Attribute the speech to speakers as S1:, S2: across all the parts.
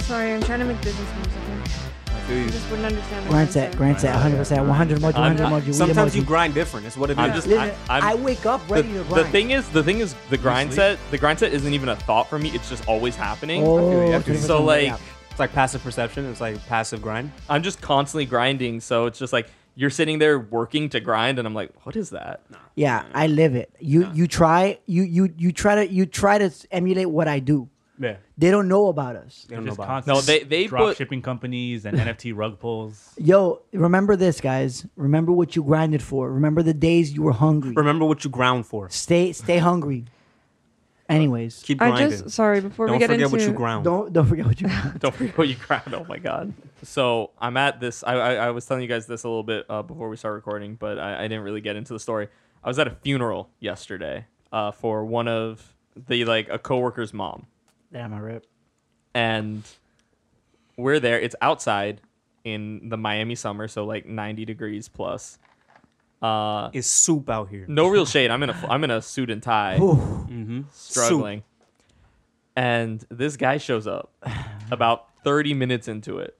S1: sorry, I'm trying to make business moves. Okay,
S2: I feel
S1: you
S2: you.
S1: just wouldn't understand. what
S3: Grant's
S1: I'm
S3: at,
S1: saying.
S3: Grant's at 100%, 100 emoji, 100
S4: I'm-
S3: emoji, we
S2: Sometimes
S3: emoji.
S2: you grind different. It's what it
S4: I'm
S2: is.
S4: just-
S3: Listen,
S4: I- I'm-
S3: I wake up
S4: The,
S3: ready to
S4: the
S3: grind.
S4: thing is, the thing is, the grind
S2: sleep?
S4: set, the grind set isn't even a thought for me. It's just always happening.
S2: feel you, I
S3: oh,
S2: feel you.
S4: so like,
S2: It's like passive perception. It's like passive grind.
S4: I'm just constantly grinding. So it's just like you're sitting there working to grind, and I'm like, what is that?
S3: yeah, I live it. You you try you you you try to you try to emulate what I do.
S5: Yeah.
S3: They don't know about us.
S2: I don't know
S5: Just
S2: about-
S5: constant
S4: No, they- they
S5: drop
S4: put-
S5: shipping companies and NFT rug pulls.
S3: Yo, remember this, guys. Remember what you grinded for. Remember the days you were hungry.
S2: Remember what you ground for.
S3: Stay stay hungry. Anyways,
S2: Keep
S1: I
S2: grinding.
S1: just sorry before
S2: don't
S1: we get
S2: forget
S1: into
S2: what you ground.
S3: don't don't forget what you.
S4: Don't forget what you grind. Oh my god. So I'm at this. I, I, I was telling you guys this a little bit uh, before we start recording, but I, I didn't really get into the story. I was at a funeral yesterday uh, for one of the like a coworker's mom,
S3: Damn, I rip.
S4: and we're there. It's outside in the Miami summer, so like 90 degrees plus. Uh,
S2: It's soup out here.
S4: no real shade. I'm in a I'm in a suit and tie, struggling. And this guy shows up about 30 minutes into it.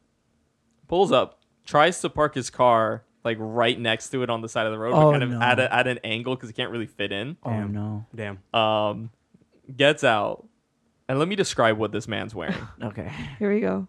S4: Pulls up, tries to park his car like right next to it on the side of the road, but
S3: Oh,
S4: kind of
S3: no.
S4: at, a, at an angle because he can't really fit in.
S3: Oh
S2: Damn.
S3: no.
S2: Damn.
S4: Um, gets out, and let me describe what this man's wearing:
S3: Okay.
S1: Here we go.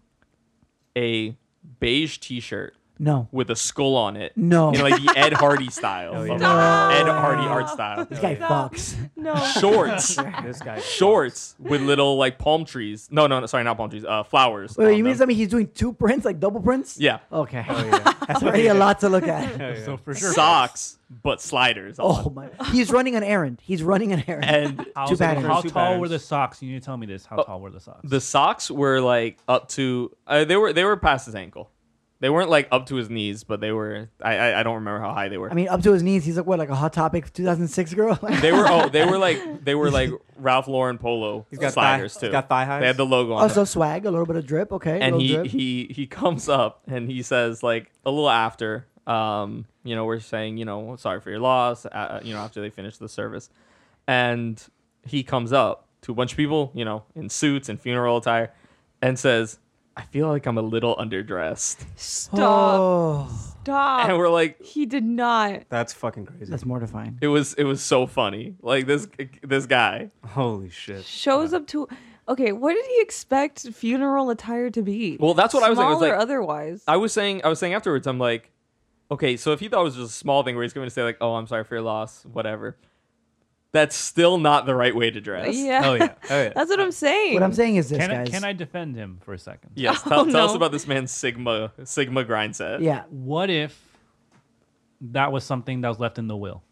S4: a beige T-shirt
S3: No.
S4: with a skull on it.
S3: No.
S4: in like the Ed Hardy style,
S2: Oh, yeah.
S4: of
S3: Stop.
S4: Ed Hardy art style.
S3: This guy
S1: Stop.
S3: fucks.
S1: No.
S4: Shorts.
S2: this guy.
S4: shorts with little like palm trees. No, no, no sorry, not palm trees. Uh, flowers.
S3: Wait,
S4: on
S3: you mean
S4: them.
S3: something he's doing two prints, like double prints?
S4: Yeah,
S3: Okay.
S2: Oh, yeah.
S3: That's already a lot to look at.
S2: Oh, yeah.
S5: So for sure,
S4: socks, but sliders.
S3: Oh
S4: Oh,
S3: my. He's running an errand. He's running an errand.
S4: and
S5: How,
S3: Two patterns.
S5: how
S2: Two
S5: tall were
S2: patterns.
S5: the socks? You need to tell me this. How tall were Oh, the socks?
S4: the socks were like up to. Uh, they were they were past his ankle. They weren't like up to his knees, but they were. I I, I don't remember how high they were.
S3: I mean, up to his knees. He's like what, like a hot topic 2006 girl.
S4: they were oh they were like they were like Ralph Lauren polo
S2: He's got
S4: sliders
S2: thigh-
S4: too.
S2: he's got thigh highs?
S4: They had the logo on. them.
S3: also Oh, swag, a little bit of drip. Okay.
S4: and
S3: little
S4: he,
S3: drip.
S4: he he comes up and he says like a little after um you know we're saying you know sorry for your loss uh, you know after they finish the service and he comes up to a bunch of people you know in suits and funeral attire and says i feel like i'm a little underdressed
S1: Stop.
S3: Oh,
S1: Stop.
S4: and we're like
S1: he did not.
S2: That's fucking crazy.
S3: that's mortifying.
S4: it was it was so funny like this this guy
S2: Holy shit.
S1: Shows up to. Okay, what did he expect funeral attire to be?
S4: Well, that's what I was
S1: Small
S4: like. I was
S1: or
S4: like-
S1: otherwise.
S4: I was saying, I was saying afterwards, I'm like, okay, so if he thought it was just a small thing where he's going to say like, oh, I'm sorry for your loss, whatever, that's still not the right way to dress.
S1: yeah.
S2: Oh yeah. Oh yeah.
S1: That's what I'm saying.
S3: What I'm saying is this,
S5: can, I,
S3: guys.
S5: can I defend him for a second?
S4: Yes.
S1: Oh,
S4: Tell, tell us
S1: no.
S4: about this man's Sigma Sigma grind set.
S3: Yeah,
S5: What if that was something that was left in the will?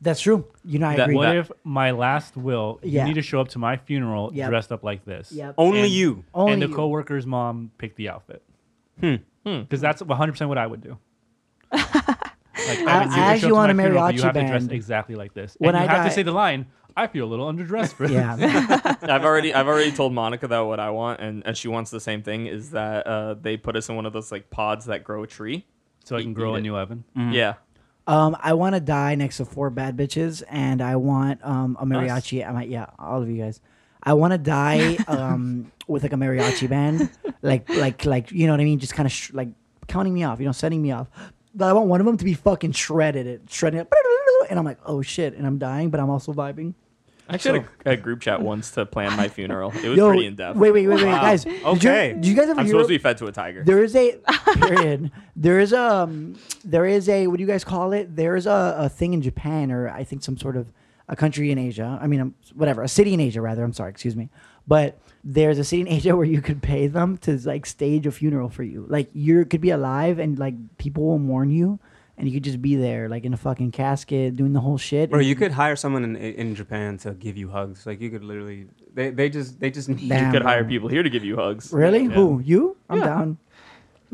S3: that's true. You know, I
S4: That-
S3: agree.
S4: what
S5: What if my last will,
S3: Yeah.
S5: you need to show up to my funeral
S3: Yep.
S5: dressed up like this?
S3: Yep.
S2: Only
S5: And-
S2: you.
S3: Only
S5: and the
S3: you.
S5: coworker's mom picked the outfit. Hmm. Because that's 100% what I would do. like, Evan,
S3: I
S5: you can show up
S3: actually
S5: to
S3: want
S5: my
S3: a
S5: funeral, but
S3: mariachi
S5: You have to dress
S3: band.
S5: exactly like this.
S3: When
S5: and you
S3: I
S5: have to
S3: die-
S5: say the line, I feel a little underdressed for this.
S3: yeah,
S4: I've already I've already told Monica that what I want, and, and she wants the same thing is that uh, they put us in one of those like pods that grow a tree.
S5: So I can
S4: Eat
S5: grow a
S4: it.
S5: new oven.
S4: Yeah.
S3: um, I want to die next to four bad bitches, and I want um a mariachi. I might, yeah, all of you guys. I want to die um with like a mariachi band, like like like you know what I mean, just kind of sh- like counting me off, you know, setting me off. But I want one of them to be fucking shredded, it shredding it, and I'm like, oh shit, and I'm dying, but I'm also vibing.
S4: I actually had a, a group chat once to plan my funeral. It was
S3: Yo,
S4: pretty in depth.
S3: Wait, wait, wait, wait, guys.
S2: Okay.
S3: Did you, did you guys ever
S4: I'm
S3: hear?
S4: supposed to be fed to a tiger.
S3: There is a period. There is um there is a what do you guys call it? There is a, a thing in Japan or I think some sort of a country in Asia. I mean, um, whatever, a city in Asia rather. I'm sorry, excuse me. But there's a city in Asia where you could pay them to like stage a funeral for you. Like you could be alive and like people will mourn you, and you could just be there like in a fucking casket doing the whole shit.
S2: Bro,
S3: and-
S2: you could hire someone in in Japan to give you hugs. Like you could literally they, they just they just need
S3: Damn.
S4: you could hire people here to give you hugs.
S3: really?
S5: Yeah.
S3: Who you? I'm down.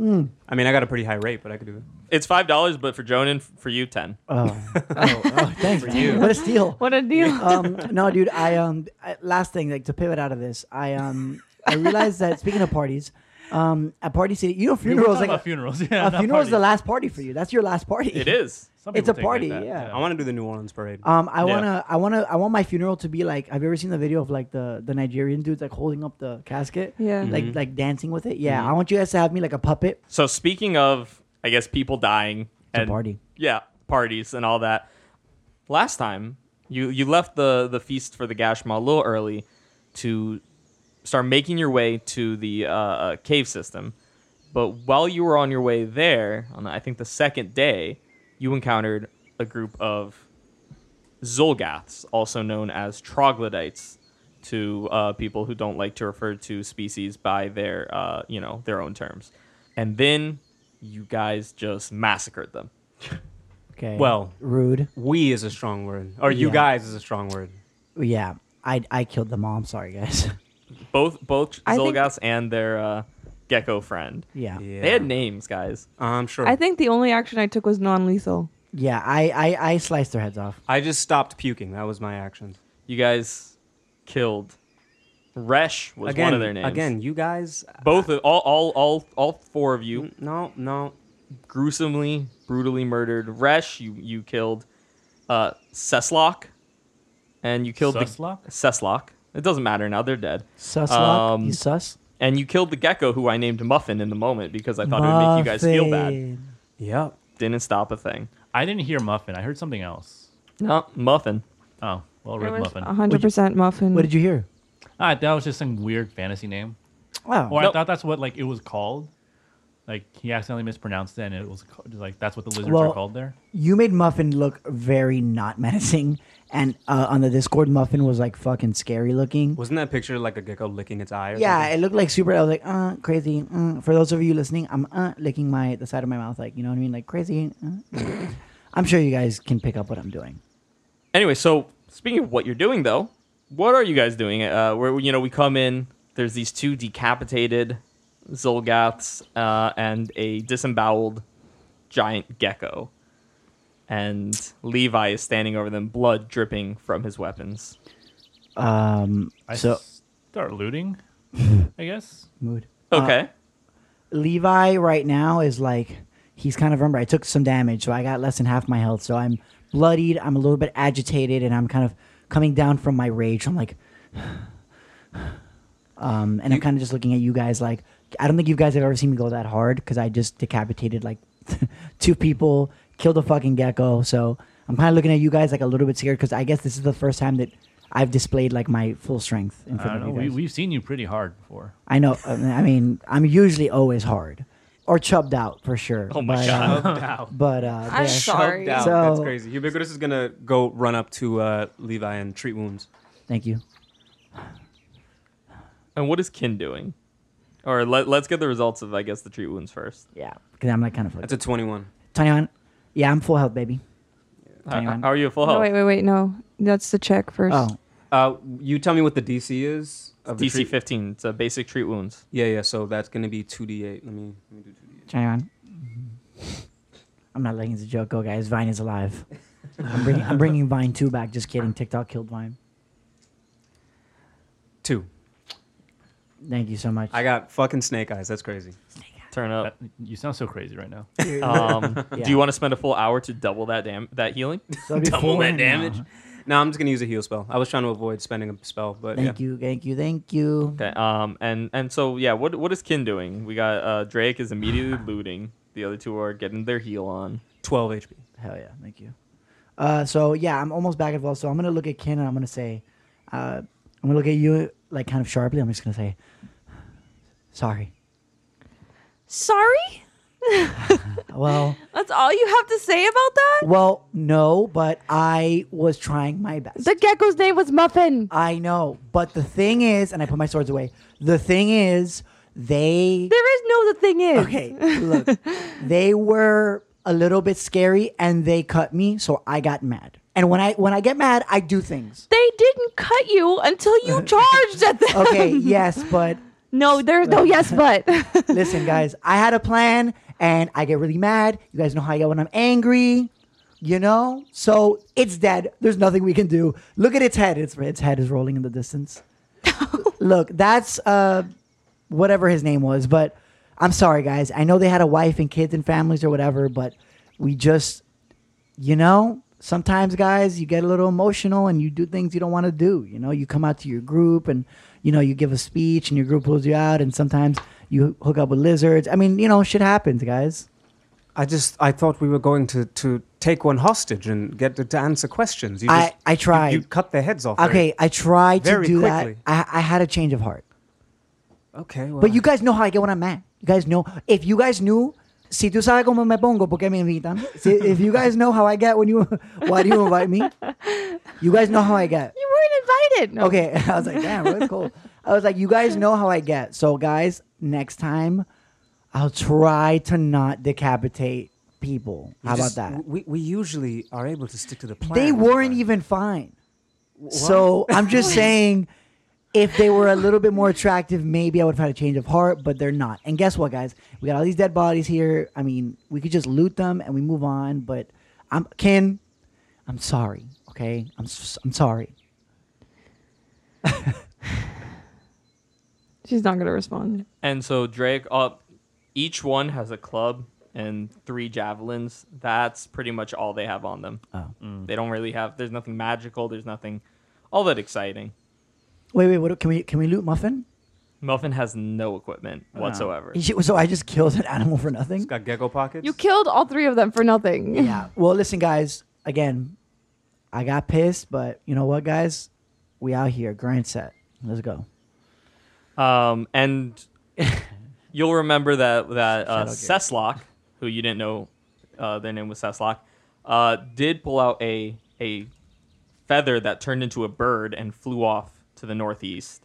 S2: I mean I got a pretty high rate, but I could do
S4: It's five dollars, but for Jonan, for you, ten.
S3: Oh, oh, oh thanks. man. What a steal.
S1: what a deal.
S3: um, no, dude. I um, I, last thing, like to pivot out of this, I um, I realized that speaking of parties, Um, at Party City, you know,
S5: We were
S3: funerals
S5: talking
S3: like
S5: about
S3: a,
S5: funerals. Yeah,
S3: a
S5: not
S3: funeral is the
S5: parties.
S3: last party for you. That's your last party.
S4: It is.
S5: Some
S3: it's
S5: people
S3: a
S5: take it like
S3: party,
S5: that,
S3: yeah.
S2: I want to do the New Orleans parade.
S3: Um, I
S4: Yeah.
S3: wanna, I wanna, I want my funeral to be like. Have you ever seen the video of like the the Nigerian dudes like holding up the casket?
S1: Yeah.
S3: Like like dancing with it. Yeah. I want you guys to have me like a puppet.
S4: So speaking of, I guess people dying
S3: It's a
S4: and
S3: party.
S4: yeah, parties and all that. Last time you you left the the feast for the Gashma a little early to start making your way to the uh, uh, cave system, but while you were on your way there, on I think the second day, you encountered a group of Zolgaths, also known as troglodytes, to uh, people who don't like to refer to species by their, uh, you know, their own terms. And then you guys just massacred them.
S3: Okay.
S2: Well.
S3: rude.
S2: we is a strong word, or you
S3: Yeah.
S2: guys is a strong word.
S3: Yeah. I I killed them all. I'm sorry, guys.
S4: Both both
S1: I think-
S4: Zolgaths and their uh, gecko friend.
S3: yeah. yeah.
S2: Yeah.
S4: They had names, guys.
S2: I'm sure.
S1: I think the only action I took was non-lethal.
S3: I, I I sliced their heads off.
S2: I just stopped puking. That was my actions.
S4: You guys killed. Resh was
S2: again,
S4: one of their names.
S2: Again, you guys.
S4: both of, all, all all all four of you
S2: No, no.
S4: gruesomely, brutally murdered Resh. You you killed uh, Ceslock, and you killed
S5: Ceslock?
S4: the Ceslock. It doesn't matter now; they're dead.
S3: Sus
S4: Um,
S3: you sus.
S4: And you killed the gecko, who I named Muffin in the moment because I thought it would make you guys feel bad.
S3: Muffin.
S2: Yep.
S4: Didn't stop a thing.
S5: I didn't hear muffin. I heard something else.
S4: No, Muffin.
S5: Oh, well,
S1: It
S5: red
S1: was
S5: muffin.
S1: 100% muffin.
S3: What did you hear?
S5: Ah, that was just some weird fantasy name.
S3: Wow.
S5: Or I
S4: Nope.
S5: thought that's what like it was called. Like he accidentally mispronounced it, and it was ca- just like that's what the lizards
S3: Well-
S5: are called there.
S3: You made Muffin look very not menacing, and uh, on the Discord, Muffin was like fucking scary looking.
S2: Wasn't that picture like a gecko licking its eye? Or
S3: Yeah,
S2: something?
S3: it looked like super. I was like, uh, crazy. Uh. For those of you listening, I'm uh, licking my the side of my mouth, like you know what I mean, like crazy. Uh. I'm sure you guys can pick up what I'm doing.
S4: Anyway, so speaking of what you're doing, though, what are you guys doing? Uh, where you know we come in, there's these two decapitated Zolgaths uh, and a disemboweled giant gecko, and Levi is standing over them, blood dripping from his weapons.
S3: Um,
S5: I
S3: so
S5: s- start looting, I guess.
S3: mood.
S4: Okay,
S3: Levi right now is like he's kind of remember I took some damage, so I got less than half my health. So I'm bloodied. I'm a little bit agitated, and I'm kind of coming down from my rage. I'm like, um, and I'm kind of just looking at you guys like I don't think you guys have ever seen me go that hard because I just decapitated like two people, killed a fucking gecko. So I'm kind of looking at you guys like a little bit scared because I guess this is the first time that. I've displayed like my full strength in
S5: I
S3: front
S5: don't
S3: of
S5: know.
S3: you
S5: We,
S3: guys.
S5: we've seen you pretty hard before.
S3: I know. I mean- I mean, I'm usually always hard or chubbed out for sure.
S4: Oh my
S3: but,
S4: God.
S3: um, but uh,
S1: I'm
S3: yeah.
S1: sorry.
S2: Choked out.
S3: So-
S2: That's crazy. Ubiquitous is gonna go run up to uh, Levi and treat wounds.
S3: thank you.
S4: and what is Kin doing? Or let, let's get the results of I guess the treat wounds first.
S3: Yeah, because I'm like kind of like
S2: That's a 21.
S3: Tiny on. Yeah, I'm full health, baby.
S4: How,
S3: Anyone?
S4: how are you at full
S1: No,
S4: health?
S1: wait, wait, wait. No, that's the check first.
S3: Oh,
S2: Uh, you tell me what the DC is. Of the
S4: DC
S2: treat-
S4: 15. It's a basic treat wounds.
S2: Yeah, yeah. So that's gonna be 2d8. Let me let me do 2d8.
S3: Tiny on. I'm not letting this joke go, guys. Vine is alive. I'm bringing, I'm bringing Vine 2 back. Just kidding. TikTok killed Vine.
S2: Two.
S3: Thank you so much.
S2: I got fucking snake eyes. That's crazy.
S4: Turn up.
S5: That, you sound so crazy right now.
S4: Um,
S3: Yeah.
S4: Do you want to spend a full hour to double that dam- that healing?
S3: So it'll be
S2: double
S3: four
S2: that
S3: now.
S2: damage? No, I'm just gonna use a heal spell. I was trying to avoid spending a spell, but
S3: Thank
S2: yeah.
S3: you, thank you, thank you.
S4: Okay. Um. And and so yeah. What what is Kin doing? We got uh Drake is immediately looting. The other two are getting their heal on.
S2: 12 HP.
S3: Hell yeah, thank you. Uh, so yeah, I'm almost back at Vol. So I'm gonna look at Ken and I'm gonna say, uh, I'm gonna look at you like kind of sharply. I'm just gonna say, sorry.
S1: Sorry?
S3: Well,
S1: That's all you have to say about that?
S3: well, no, but I was trying my best.
S1: The gecko's name was Muffin.
S3: I know, but the thing is, and I put my swords away. The thing is, they
S1: There is no the thing is.
S3: okay. Look, they were a little bit scary and they cut me, so I got mad. And when I when I get mad, I do things.
S1: They didn't cut you until you charged at them.
S3: Okay, yes, but
S1: No, there's no yes but.
S3: Listen, guys, I had a plan and I get really mad. You guys know how I get when I'm angry, you know? So it's dead. There's nothing we can do. Look at its head. Its, its head is rolling in the distance. Look, that's uh whatever his name was. But I'm sorry, guys. I know they had a wife and kids and families or whatever, but we just, you know, sometimes, guys, you get a little emotional and you do things you don't want to do. You know, you come out to your group and, you know, you give a speech and your group pulls you out, and sometimes you hook up with lizards. I mean, you know, shit happens, guys.
S2: I just I thought we were going to to take one hostage and get them to answer questions. You
S3: I-
S2: just,
S3: I
S2: you-
S3: tried.
S2: You, cut their heads off.
S3: Okay, I tried to
S2: Very
S3: do
S2: quickly.
S3: that. I, I had a change of heart.
S2: very- okay. Well,
S3: But you guys know how I get when I'm mad. You guys know. If you guys knew, si tú sabes cómo me pongo, porque me invitan. Si, if you guys know how I get when you, why do you invite me? You guys know how I get.
S1: You weren't invited. No.
S3: Okay, I was like, damn, really cool. I was like, you guys know how I get. So, guys, next time, I'll try to not decapitate people.
S2: you
S3: how
S2: just-
S3: about that?
S2: We we usually are able to stick to the plan.
S3: They weren't even fine. So I'm just saying, if they were a little bit more attractive, maybe I would have had a change of heart. But they're not. And guess what, guys? We got all these dead bodies here. I mean, we could just loot them and we move on. But I'm Ken. I'm sorry. Okay, I'm s- I'm sorry.
S1: She's not gonna respond.
S4: And so Drake up each one has a club and three javelins. That's pretty much all they have on them.
S3: Oh.
S4: They don't really have there's nothing magical, there's nothing all that exciting.
S3: Wait, wait. What can we can we loot Muffin?
S4: Muffin has no equipment whatsoever.
S3: Is it- So I just killed an animal for nothing.
S2: It's got gecko pockets.
S1: You killed all three of them for nothing.
S3: yeah. Well, listen, guys. Again, I got pissed, but you know what, guys? We out here. Grind set. Let's go.
S4: Um, and you'll remember that that uh,
S3: Shadow Gear.
S4: Cesslock, who you didn't know uh, their name was Cesslock, uh, did pull out a a feather that turned into a bird and flew off to the northeast.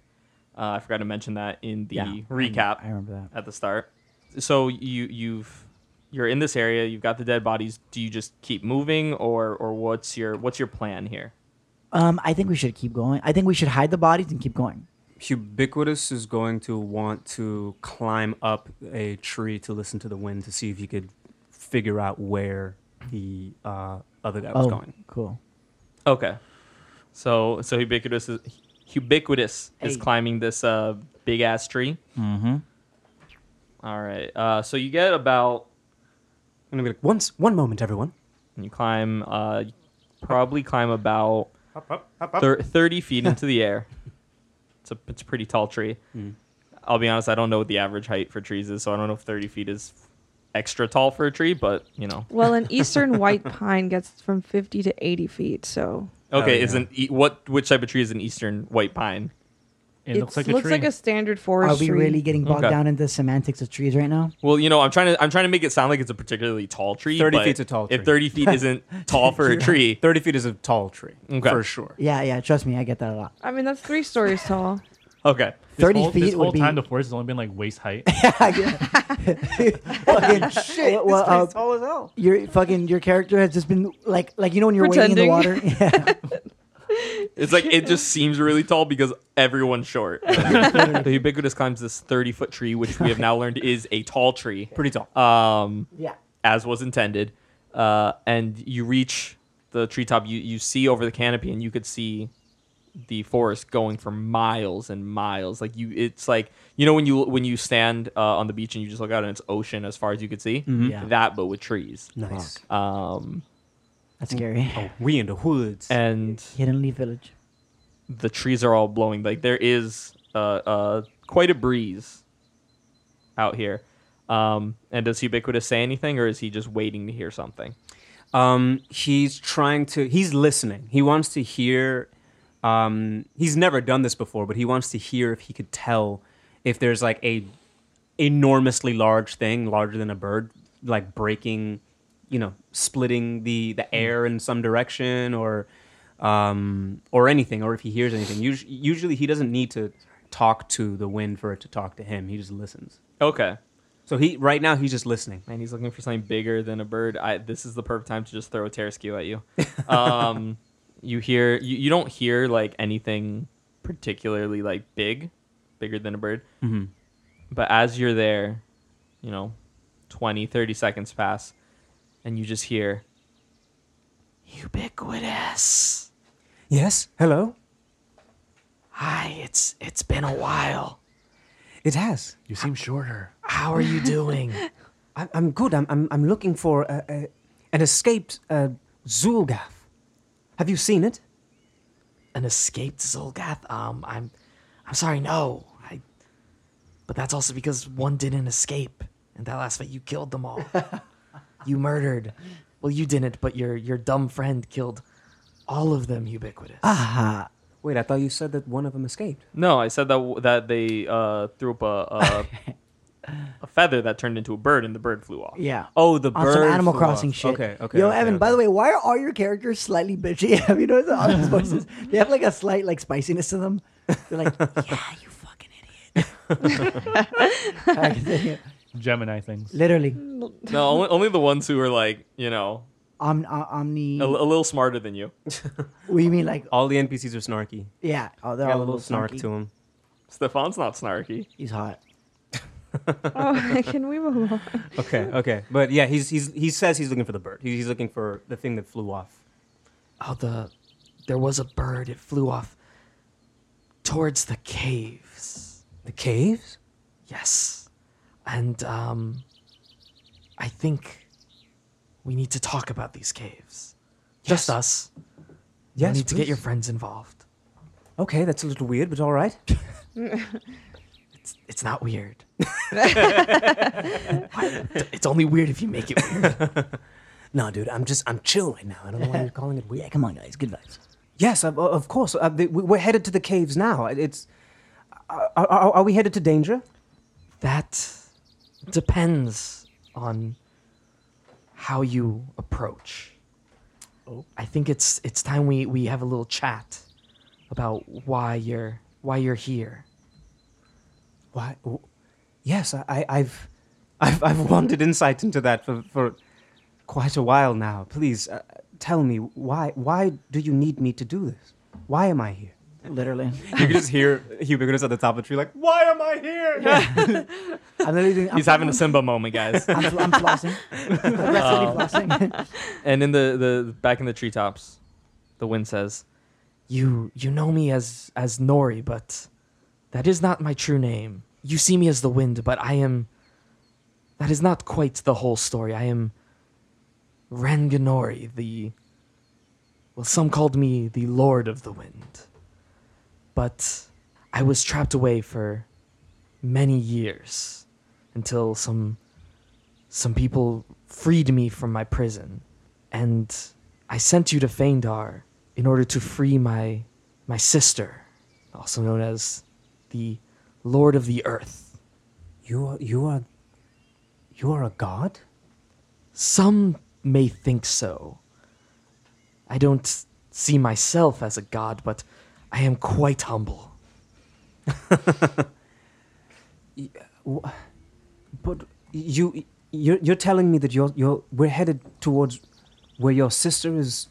S4: Uh, I forgot to mention that in the
S3: Yeah, I-
S4: recap
S3: I remember that.
S4: at the start. So you you've you're in this area. You've got the dead bodies. Do you just keep moving, or or what's your what's your plan here?
S3: Um, I think we should keep going. I think we should hide the bodies and keep going.
S2: Ubiquitous is going to want to climb up a tree to listen to the wind to see if he could figure out where the uh, other guy was
S3: oh,
S2: going.
S3: cool.
S4: Okay. So so ubiquitous is ubiquitous is
S3: Hey.
S4: climbing this uh big ass tree.
S6: Mm-hmm.
S4: All right. Uh, so you get about
S2: And I'm gonna be like, once, one moment, everyone.
S4: you climb uh you probably climb about
S5: Up, up, up,
S4: thir- thirty feet into the air. It's a it's a pretty tall tree. I'll be honest. I don't know what the average height for trees is, so I don't know if thirty feet is extra tall for a tree, but you know.
S1: Well, an eastern white pine gets from 50 to 80 feet, so
S4: Okay,
S2: yeah.
S4: is an e- what which type of tree is an eastern white pine?
S5: It looks like a tree.
S1: standard
S3: Are
S1: forestry.
S3: we really getting bogged
S4: Okay.
S3: down into semantics of trees right now?
S4: Well, you know, I'm trying to I'm trying to make it sound like it's a particularly tall tree.
S2: 30
S4: but
S2: feet's a tall
S4: If
S2: tree.
S4: 30 feet isn't tall for a tree,
S2: Thirty feet is a tall tree,
S4: Okay.
S2: for sure.
S3: Yeah, yeah. Trust me, I get that a lot.
S1: I mean, that's three stories tall.
S4: okay.
S5: This
S3: 30
S5: whole,
S3: feet
S5: This
S3: would
S5: whole
S3: be-
S5: time the forest has only been like waist height.
S3: fucking shit. Well, uh,
S2: tall as hell.
S3: your fucking your character has just been like like you know when you're wading in the water.
S1: Pretending.
S3: Yeah.
S4: It's like it just seems really tall because everyone's short. the ubiquitous climbs this 30 foot tree, which we have now learned is a tall tree,
S2: Pretty tall.
S4: um,
S3: yeah.
S4: as was intended. Uh, and you reach the treetop, you, you see over the canopy, and you could see the forest going for miles and miles. Like you, it's like you know when you when you stand uh, on the beach and you just look out and it's ocean as far as you could see.
S3: Yeah.
S4: That, but with trees.
S2: Nice.
S4: Um,
S3: That's scary.
S2: Oh, we in the woods.
S4: and
S3: Hidden Leaf Village.
S4: the trees are all blowing. Like there is uh, uh, quite a breeze out here. Um, and does Ubiquitous say anything, or is he just waiting to hear something?
S2: Um, he's trying to. He's listening. He wants to hear. Um, he's never done this before, but he wants to hear if he could tell if there's like a enormously large thing, larger than a bird, like breaking, you know, splitting the the air in some direction, or um, or anything, or if he hears anything. Usually, usually he doesn't need to talk to the wind for it to talk to him. He just listens.
S4: Okay.
S2: So he right now he's just listening.
S4: Man, he's looking for something bigger than a bird. I, this is the perfect time to just throw a Tereskew at you. Um, you hear you, you don't hear like anything particularly like big, bigger than a bird.
S2: Mhm.
S4: But as you're there, you know, 20, 30 seconds pass, and you just hear ubiquitous.
S2: Yes. Hello.
S4: Hi, it's it's been a while.
S2: It has.
S5: You seem shorter.
S2: How are you doing? I'm, I'm good. I'm, I'm, I'm looking for a, a, an escaped uh, Zulgath. Have you seen it?
S6: an escaped Zolgath. Um, I'm, I'm sorry, no. I, but that's also because one didn't escape, and that last fight you killed them all. you murdered. Well, you didn't, but your your dumb friend killed all of them. Ubiquitous.
S2: Wait, I thought you said that one of them escaped.
S4: No, I said that w- that they uh, threw up a, a a feather that turned into a bird, and the bird flew off.
S3: Yeah.
S2: Oh, the
S3: on some
S2: bird
S3: Animal
S2: flew
S3: Crossing
S2: off.
S3: shit.
S2: Okay, okay,
S3: Yo,
S2: okay,
S3: Evan.
S2: okay.
S3: By the way, why are all your characters slightly bitchy? Have you noticed that all these voices? They have like a slight like spiciness to them. They're like, yeah, you fucking idiot. I can say it.
S5: Gemini things.
S3: Literally,
S4: No, only, only the ones who were like you know
S3: om- o- omni.
S4: a, a little smarter than you.
S3: We mean like,
S2: All the NPCs are snarky.
S3: yeah. Oh, they're
S2: Got a
S3: all
S2: little snark to
S3: him.
S2: them.
S4: Stefan's not snarky.
S3: He's hot.
S1: Oh, can we move on?
S2: Okay, okay, but yeah, he's he's he says he's looking for the bird. He- He's looking for the thing that flew off.
S6: Oh, the there was a bird. It flew off towards the caves.
S2: The caves?
S6: Yes, and um, I think we need to talk about these caves. Just
S2: Yes.
S6: us. You
S2: Yes.
S6: need to get your
S2: please.
S6: friends involved.
S2: Okay, that's a little weird, but all right.
S6: It's, it's not weird. it's only weird if you make it weird.
S2: No, dude, I'm just I'm chill right now. I don't know why you're calling it weird.
S3: Come on, guys. Good vibes.
S2: Yes, of, of course. Uh, the- we- we're headed to the caves now. It's are, are, are we headed to danger?
S6: That depends on how you approach.
S2: Oh.
S6: I think it's it's time we, we have a little chat about why you're why you're here.
S2: Why? w- Yes, I, I, I've, I've, I've wanted insight into that for, for quite a while now. Please uh, tell me why. Why do you need me to do this? Why am I here?
S3: Literally.
S2: You can just hear Ubiquitous at the top of the tree, like, "Why am I here?"
S3: I'm literally doing. I'm,
S4: He's having a Simba moment, guys.
S3: I'm, fl- I'm flossing.
S2: Uh.
S3: Aggressively flossing.
S4: and in the, the back in the treetops, the wind says,
S6: You you know me as as Nori, but that is not my true name. You see me as the wind, but I am that is not quite the whole story. I am Ranganori, the well some called me the Lord of the Wind. But I was trapped away for many years until some some people freed me from my prison and I sent you to Feindar in order to free my my sister, also known as the Lord of the Earth.
S2: You are, you are, you are a god.
S6: Some may think so. I don't see myself as a god, but I am quite humble.
S2: But you, you're, you're telling me that you're, you're, we're headed towards where your sister is,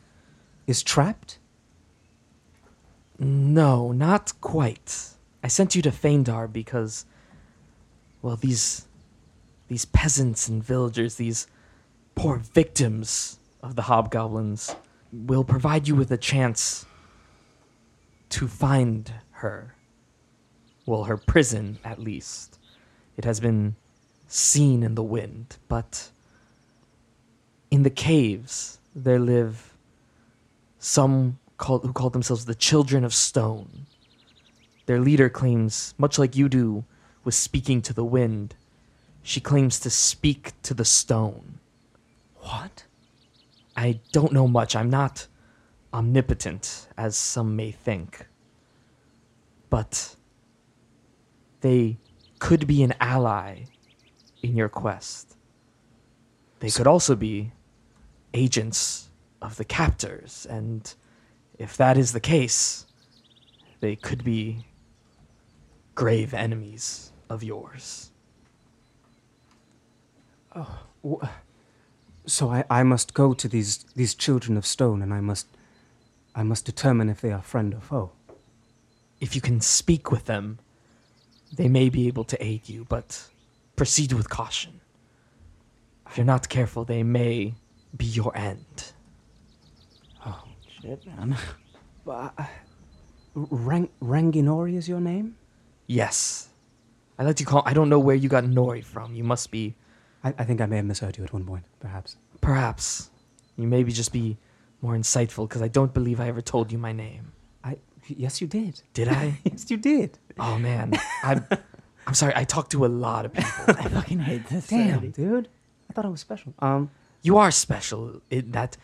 S2: is trapped.
S6: No, not quite. I sent you to Feindar because, well, these these peasants and villagers, these poor victims of the hobgoblins, will provide you with a chance to find her. Well, her prison, at least. It has been seen in the wind, but in the caves there live some call, who call themselves the Children of Stone. Their leader claims, much like you do with speaking to the wind, she claims to speak to the stone. What? I don't know much. I'm not omnipotent, as some may think. But they could be an ally in your quest. They could also be agents of the captors, and if that is the case, they could be grave enemies of yours.
S2: So I, I must go to these, these children of stone, and I must, I must determine if they are friend or foe.
S6: If you can speak with them, they may be able to aid you, but proceed with caution. If you're not careful, they may be your end.
S3: Shit, man.
S2: Rang- Ranginori is your name?
S6: Yes. I I like to call. I don't know where you got Nori from. You must be,
S2: I, I think I may have misheard you at one point, perhaps.
S6: perhaps, you maybe just be more insightful because I don't believe I ever told you my name.
S2: I yes, you did.
S6: Did I?
S2: Yes, you did.
S6: oh man, I'm. I'm sorry. I talk to a lot of people.
S3: I fucking hate this.
S2: Damn,
S3: already.
S2: dude. I thought I was special. Um,
S6: you are special in that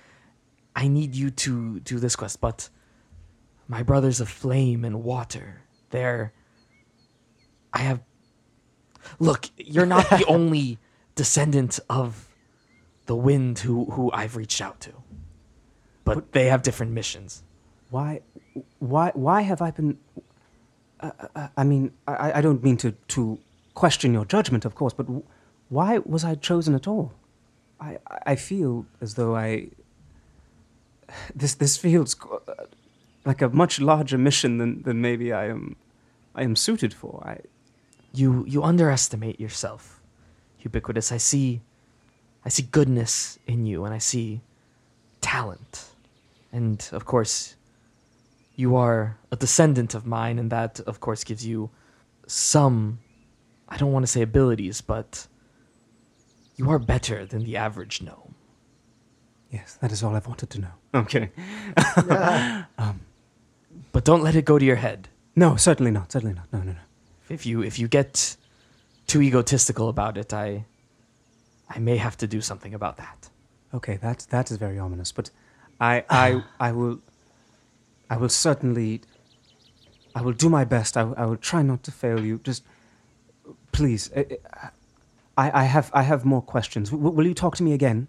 S6: I need you to do this quest, but my brothers of flame and water, they're. I have. Look, you're not the only descendant of the wind who, who I've reached out to, but, they have different missions.
S2: why, why, why have I been? Uh, uh, I mean, I, I don't mean to to question your judgment, of course, but w- why was I chosen at all? I I I feel as though I. This this feels qu- uh, like a much larger mission than than maybe I am, I am suited for. I
S6: You you underestimate yourself, ubiquitous. I see, I see goodness in you, and I see talent, and of course, you are a descendant of mine, and that of course gives you some. I don't want to say abilities, but you are better than the average gnome.
S2: yes, that is all I've wanted to know. I'm kidding.
S6: But don't let it go to your head.
S2: No, certainly not. Certainly not. No, no, no.
S6: If you if you get too egotistical about it, I I may have to do something about that.
S2: Okay, that that is very ominous, but I I I will I will certainly I will do my best. I, I will try not to fail you. Just please, I, I I have I have more questions. W- will you talk to me again?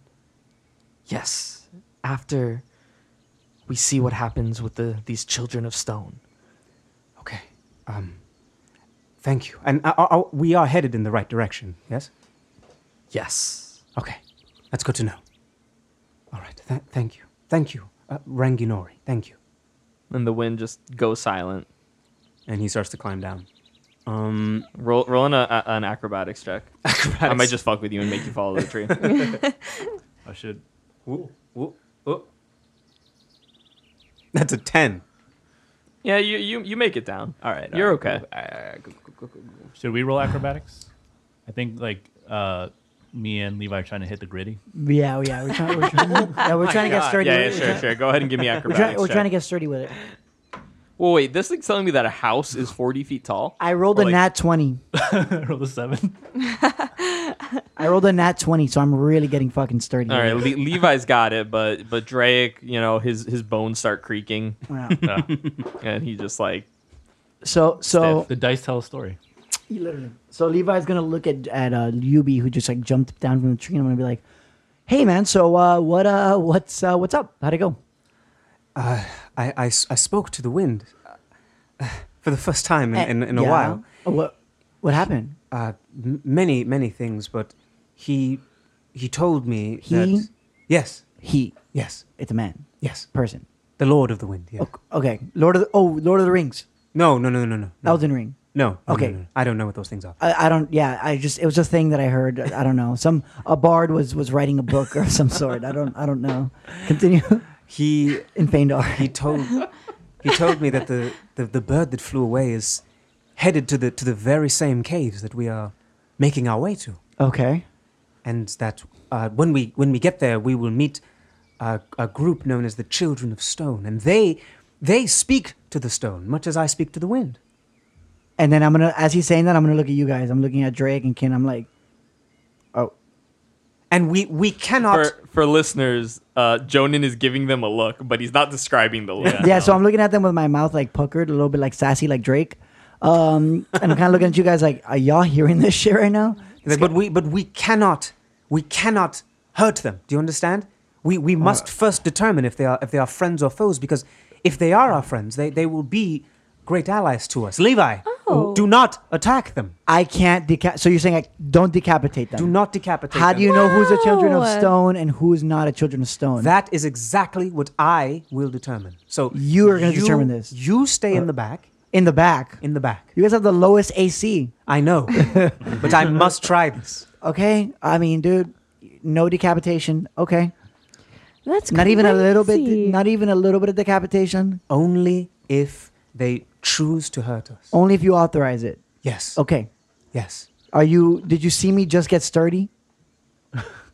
S6: Yes, after we see what happens with the these children of stone.
S2: Okay. Um. Thank you. And I, I, I- we are headed in the right direction. Yes.
S6: Yes.
S2: Okay. That's good to know. All right. Th- thank you. Thank you, uh, Ranginori. Thank you.
S4: And the wind just goes silent.
S2: And he starts to climb down. Um.
S4: Roll, rolling a, a- an acrobatics check. I might just fuck with you and make you follow the tree.
S5: I should.
S2: That's a ten.
S4: yeah, you, you you make it down. All right, Uh, you're okay.
S5: Should we roll acrobatics? I think like uh, me and Levi are trying to hit the gritty.
S3: Yeah, oh, yeah. We're trying, we're trying, yeah,
S2: Oh
S3: we're trying to get sturdy.
S4: yeah,
S3: with
S4: yeah,
S3: it.
S4: sure, sure. Go ahead and give me
S3: We're,
S4: acrobatics.
S3: trying, we're
S4: check.
S3: trying to get sturdy with it.
S4: Well, wait, this thing's telling me that a house is 40 feet tall.
S3: I rolled
S4: Or
S3: a
S4: like-
S3: nat twenty.
S5: roll a seven.
S3: I rolled a nat twenty, so I'm really getting fucking sturdy.
S4: All right,
S3: with
S4: Le- Levi's got it, but but Drake, you know, his his bones start creaking,
S3: it. Yeah.
S5: No.
S4: and he just like
S3: So so
S5: the dice tell a story.
S3: Literally. So Levi's gonna look at at uh, Yubi, who just like jumped down from the tree, and I'm gonna be like, "Hey, man. So uh, what uh, what's uh, what's up? How'd it go?
S2: I, I s- I spoke to the wind uh, for the first time in, in, in a
S3: Eh, Yeah.
S2: while.
S3: Oh, what what happened?
S2: Uh, m- many, many things, but he he told me
S3: He?
S2: that. Yes,
S3: He,
S2: yes,
S3: it's a man,
S2: yes.
S3: person.
S2: The Lord of the Wind, yeah.
S3: O- Okay, Lord of the, oh Lord of the Rings,
S2: No, no, no, no, no. no.
S3: Elden Ring.
S2: No, no,
S3: Oh, Okay.
S2: no, no, no. I don't know what those things are.
S3: I, I don't. Yeah, I just it was a thing that I heard. I don't know. Some a bard was was writing a book of some sort. I don't I don't know. Continue
S2: He
S3: in Feindar.
S2: he told he told me that the, the, the bird that flew away is headed to the to the very same caves that we are making our way to.
S3: Okay.
S2: and that uh, when we when we get there, we will meet a, a group known as the Children of Stone, and they they speak to the stone much as I speak to the wind.
S3: And then I'm gonna, as he's saying that, I'm gonna look at you guys. I'm looking at Drake and Ken. I'm like,
S2: And we we cannot.
S4: for for listeners, uh, Jonan is giving them a look, but he's not describing the look.
S3: Yeah, so I'm looking at them with my mouth like puckered, a little bit like sassy, like Drake. Um, and I'm kind of looking at you guys like, are y'all hearing this shit right now?
S2: but we but we cannot we cannot hurt them. Do you understand? We we must first determine if they are if they are friends or foes, because if they are our friends, they they will be great allies to us. Levi,
S1: Oh.
S2: do not attack them.
S3: I can't decapitate. So you're saying I don't decapitate them?
S2: Do not decapitate.
S3: How
S2: them.
S3: do you know who's a children of
S1: Wow.
S3: stone and who's not a children of stone?
S2: That is exactly what I will determine. So
S3: You are gonna determine this. Uh,
S2: You stay in the back.
S3: in the back.
S2: In the back.
S3: you guys have the lowest AC.
S2: I know, but I must try this.
S3: Okay, I mean, dude, no decapitation. Okay,
S1: That's
S3: not even a little bit.
S1: crazy.
S3: Not even a little bit of decapitation.
S2: Only if they choose to hurt us.
S3: Oh. Only if you authorize it.
S2: Yes.
S3: Okay,
S2: Yes.
S3: Are you? Did you see me just get sturdy?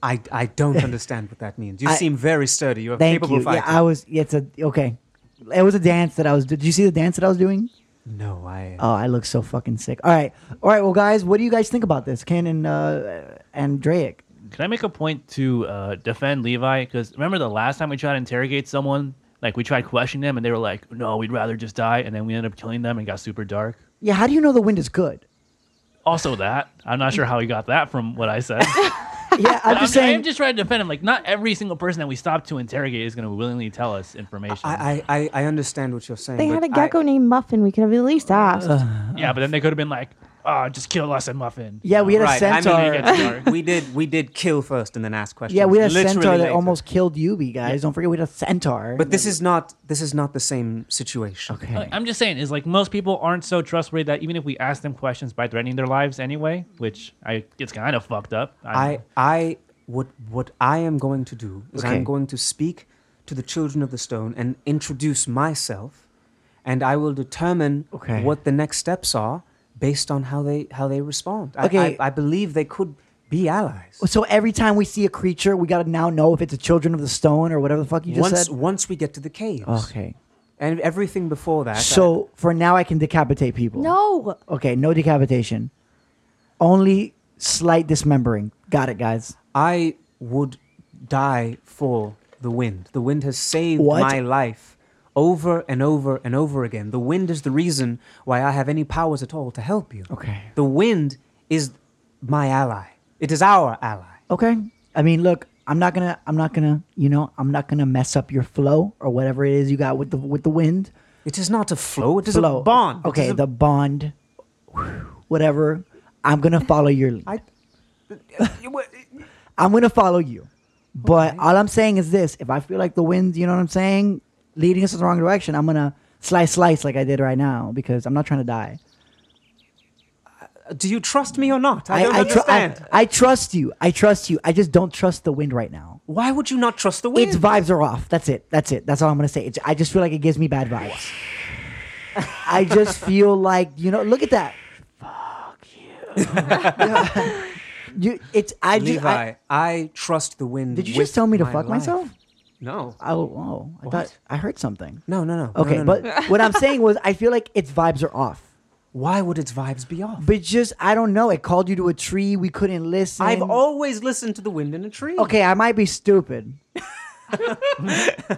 S2: I, I don't understand what that means. You
S3: I-
S2: seem very sturdy. You are
S3: Thank
S2: capable
S3: you.
S2: fighter.
S3: Yeah, I was. yeah, It's a okay. It was a dance that I was. Did you see the dance that I was doing?
S2: no, I.
S3: Oh, I look so fucking sick. All right, all right. Well, guys, what do you guys think about this? Ken and uh, and Drake.
S7: Can I make a point to uh, defend Levi? Because remember the last time we tried to interrogate someone, like we tried questioning them, and they were like, "No, we'd rather just die," and then we ended up killing them and got super dark.
S3: Yeah, how do you know the wind is good?
S7: Also, that I'm not sure how he got that from what I said.
S3: Yeah, I'm just
S7: I
S3: saying.
S7: am just trying to defend him. Like, not every single person that we stop to interrogate is going to willingly tell us information.
S2: I, I, I understand what you're saying.
S1: They
S2: but
S1: had a gecko
S2: I,
S1: named Muffin. We could have at
S3: Uh.
S1: least asked.
S7: yeah, but then they could have been like, "Oh, just kill us and Muffin."
S3: yeah, we had a
S2: Right, I mean,
S3: centaur.
S7: It gets dark.
S2: we did we did kill first and then ask questions.
S3: yeah, we had a
S2: Literally
S3: centaur that
S2: later.
S3: almost killed Yubi, guys. Don't forget, we had a centaur.
S2: But this is not this is not the same situation.
S3: okay.
S7: Like, I'm just saying, is like most people aren't so trustworthy that even if we ask them questions by threatening their lives anyway, which I it's kind of fucked up.
S2: I I what what I am going to do is
S3: Okay.
S2: I'm going to speak to the children of the stone and introduce myself, and I will determine
S3: Okay.
S2: what the next steps are based on how they how they respond. I-
S3: Okay. Oh,
S2: I, I believe they could be allies.
S3: So every time we see a creature, we gotta now know if it's a Children of the Stone or whatever the fuck you just
S2: once
S3: said.
S2: once we get to the caves,
S3: Okay.
S2: and everything before that. I-
S3: So for now, I can decapitate people.
S1: No.
S3: Okay, no decapitation. Only slight dismembering. Got it, guys.
S2: I would die for the wind. The wind has saved
S3: What?
S2: my life over and over and over again. The wind is the reason why I have any powers at all to help you.
S3: Okay.
S2: The wind is my ally. It is our ally.
S3: Okay. I mean, look, I'm not gonna, I'm not gonna, you know, I'm not gonna mess up your flow or whatever it is you got with the with the wind.
S2: It is not a flow, it is
S3: Flow.
S2: a bond. It
S3: Okay,
S2: is a-
S3: the bond. Whatever. I'm gonna follow your lead.
S2: I-
S3: I'm gonna follow you. But all I'm saying is this: if I feel like the wind, you know what I'm saying, leading us in the wrong direction, I'm gonna slice, slice like I did right now because I'm not trying to die.
S2: Do you trust me or not? I, don't
S3: I, tru- I,
S2: understand.
S3: I trust you. I trust you. I just don't trust the wind right now.
S2: why would you not trust the wind?
S3: Its vibes are off. That's it. That's it. That's all I'm gonna say. It's, I just feel like it gives me bad vibes. I just feel like you know. Look at that. Fuck you. you. It's. I just.
S2: Levi,
S3: I,
S2: I, trust the wind.
S3: did you
S2: with
S3: just tell me to
S2: my
S3: fuck
S2: life.
S3: myself?
S2: No.
S3: Oh, oh I thought I heard something.
S2: No, no, no. No,
S3: Okay,
S2: no, no.
S3: but what I'm saying was, I feel like its vibes are off.
S2: why would its vibes be off?
S3: But just, I don't know. It called you to a tree. We couldn't listen.
S2: I've always listened to the wind in a tree.
S3: Okay, I might be stupid,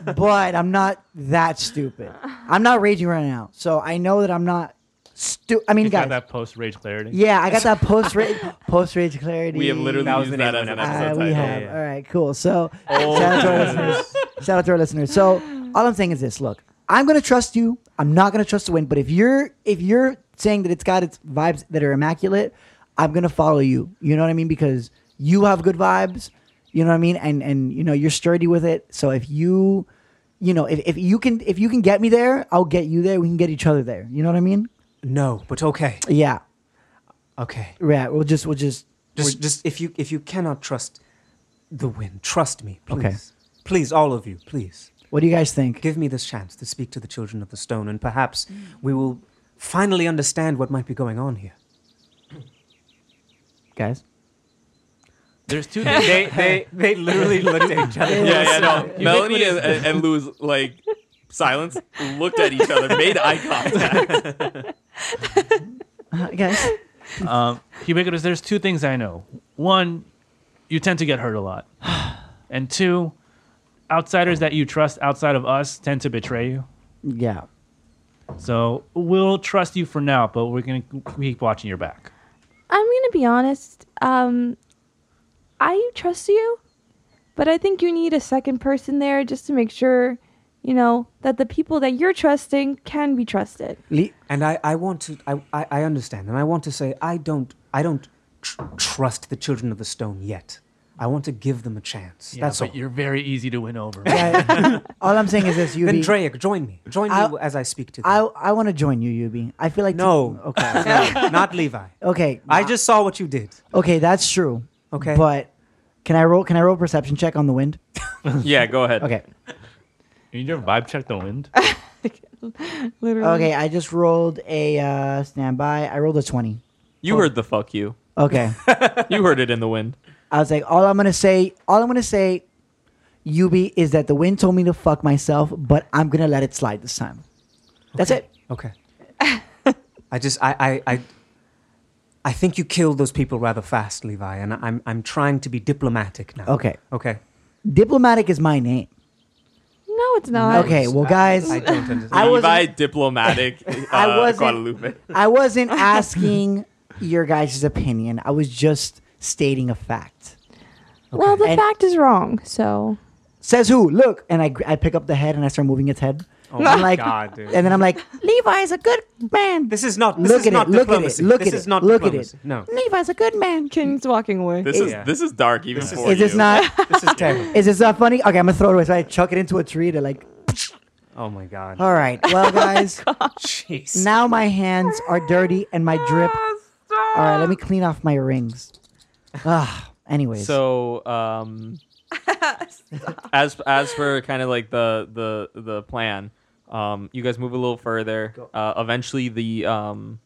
S3: but I'm not that stupid. I'm not raging right now, so I know that I'm not stupid. I mean,
S5: He's
S3: guys,
S5: got that post rage clarity.
S3: yeah, I got that post rage, post rage clarity.
S4: We have literally
S2: That was
S4: used
S2: the
S4: that
S2: name of
S4: as an
S2: it.
S3: Uh,
S4: episode
S3: we
S4: title.
S3: have.
S2: yeah.
S3: All right, cool. So shout out to our listeners. Shout out to our listeners. So all I'm saying is this: Look, I'm gonna trust you. I'm not gonna trust the wind. But if you're if you're saying that it's got its vibes that are immaculate, I'm gonna follow you. You know what I mean? Because you have good vibes. You know what I mean? And and you know you're sturdy with it. So if you you know if, if you can if you can get me there, I'll get you there. We can get each other there. You know what I mean?
S2: No, but okay,
S3: Yeah.
S2: okay.
S3: Yeah. We'll just we'll just
S2: Just, just if you if you cannot trust the wind, trust me, please.
S3: Okay.
S2: Please, all of you, please
S3: what do you guys think?
S2: give me this chance to speak to the children of the stone, and perhaps we will finally understand what might be going on here.
S3: Guys.
S7: There's two.
S2: they, they, they literally looked at each other.
S4: Yeah, yeah, no. Melanie and, and and Lou's like silence looked at each other, made eye contact.
S3: Uh, guys.
S7: Um, ubiquitous. There's two things I know. One, you tend to get hurt a lot, and two, outsiders that you trust outside of us tend to betray you.
S3: Yeah.
S7: So we'll trust you for now, but we're gonna keep watching your back.
S1: I'm gonna be honest. Um, I trust you, but I think you need a second person there just to make sure, you know, that the people that you're trusting can be trusted.
S3: Le-
S2: And I, I want to, I, I, I understand, and I want to say I don't, I don't tr- trust the children of the stone yet. I want to give them a chance. That's all.
S7: You're very easy to win over.
S3: I- all I'm saying is this,
S2: Then
S3: Yubi.
S2: Drake, join me. Join
S3: I-
S2: me as I speak to them.
S3: I I want to join you, Yubi. I feel like
S2: No.
S3: okay.
S2: No, not Levi.
S3: Okay.
S2: I just saw what you did.
S3: okay. That's true.
S2: Okay.
S3: But can I roll? Can I roll a perception check on the wind?
S4: Yeah, go ahead.
S3: Okay.
S5: You need to vibe check the wind.
S1: Literally.
S2: Mm.
S3: Okay. I just rolled a uh, standby. I rolled a twenty.
S4: You heard the fuck you.
S3: Okay.
S4: You heard it in the wind.
S3: I was like, all I'm gonna say, all I'm gonna say, Yubi, is that the wind told me to fuck myself, but I'm gonna let it slide this time. That's it.
S2: Okay. I just I, I I I think you killed those people rather fast, Levi, and I'm I'm trying to be diplomatic now.
S3: Okay.
S2: Okay.
S3: Diplomatic is my name.
S1: No, it's not.
S3: Okay, well, guys,
S2: I don't understand.
S3: I wasn't-
S4: Levi diplomatic. Uh,
S3: I wasn't-
S4: Guadalupe.
S3: I wasn't asking your guys' opinion. I was just stating a fact.
S1: Well, the
S3: And-
S1: fact is wrong. So
S3: Says who? Look, and I, gr- I pick up the head and I start moving its head.
S2: Oh
S3: And
S2: my
S3: I'm like,
S2: God, dude.
S3: And then I'm like, Levi's a good man.
S2: this is not this
S3: look
S2: is
S3: at
S2: not
S3: it. Look at it.
S2: diplomacy.
S3: Look
S2: this
S3: at
S2: is
S3: it.
S2: not
S3: look at it.
S2: diplomacy. No.
S3: Levi's a good man.
S1: King's walking away.
S4: This is
S2: Yeah.
S4: this is dark even for
S3: Is
S4: you.
S3: this not?
S2: This is terrible.
S3: Is this not funny? Okay, I'm gonna throw it away. So I chuck it into a tree to like.
S2: Oh my god.
S3: All right, well, guys,
S2: Jeez.
S3: now my hands are dirty and my drip. All right, let me clean off my rings. Ah, anyways.
S4: So, um, as as for kind of like the the the plan, um, you guys move a little further. Uh, eventually, the um,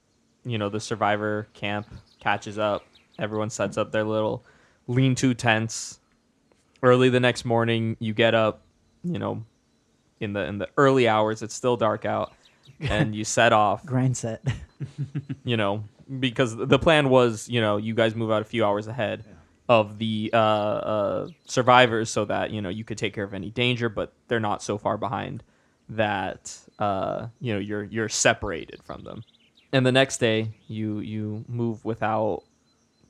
S4: you know, the survivor camp catches up. Everyone sets up their little lean-to tents. Early the next morning, you get up. You know, in the in the early hours, it's still dark out, and you set off
S3: grind set.
S4: you know, because the plan was, you know, you guys move out a few hours ahead of the uh, uh, survivors so that, you know, you could take care of any danger, but they're not so far behind that, uh, you know, you're you're separated from them. And the next day, you you move without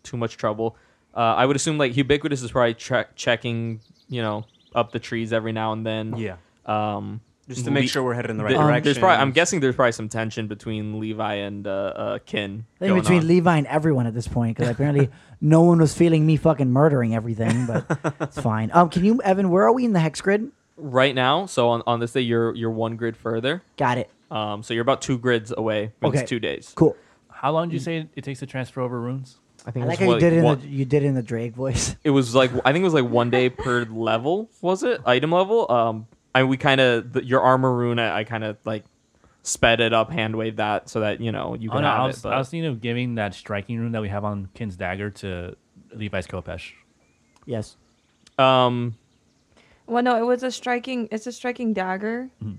S4: too much trouble. Uh, I would assume like ubiquitous is probably tre- checking, you know, up the trees every now and then.
S2: Yeah.
S4: Um,
S2: Just to make
S4: Le-
S2: sure we're headed in the right
S3: Um,
S4: th-
S2: direction.
S4: There's probably, I'm guessing there's probably some tension between Levi and uh, uh, Kin.
S3: I think
S4: going
S3: between
S4: on.
S3: Levi and everyone at this point, because apparently no one was feeling me fucking murdering everything, but it's fine. Um, can you, Evan? Where are we in the hex grid?
S4: right now, so on, on this day, you're you're one grid further.
S3: Got it.
S4: Um, so you're about two grids away. It's
S3: Okay.
S4: two days.
S3: Cool.
S7: How long do you say it takes to transfer over runes?
S4: think
S3: I
S4: it was
S3: like how you
S4: like
S3: did it. In
S4: one-
S3: the, you did it in the Drake voice.
S4: it was like I think it was like one day per level. Was it item level? Um, I we kind of your armor rune. I, I kind of like sped it up, hand waved that so that you know you
S7: Oh,
S4: can
S7: no,
S4: have
S7: I,
S4: it.
S7: was,
S4: But
S7: I was thinking of giving that striking rune that we have on Kin's dagger to Levi's Kopesh.
S3: Yes.
S4: um,
S1: Well, no, it was a striking. It's a striking dagger,
S7: Mm-hmm.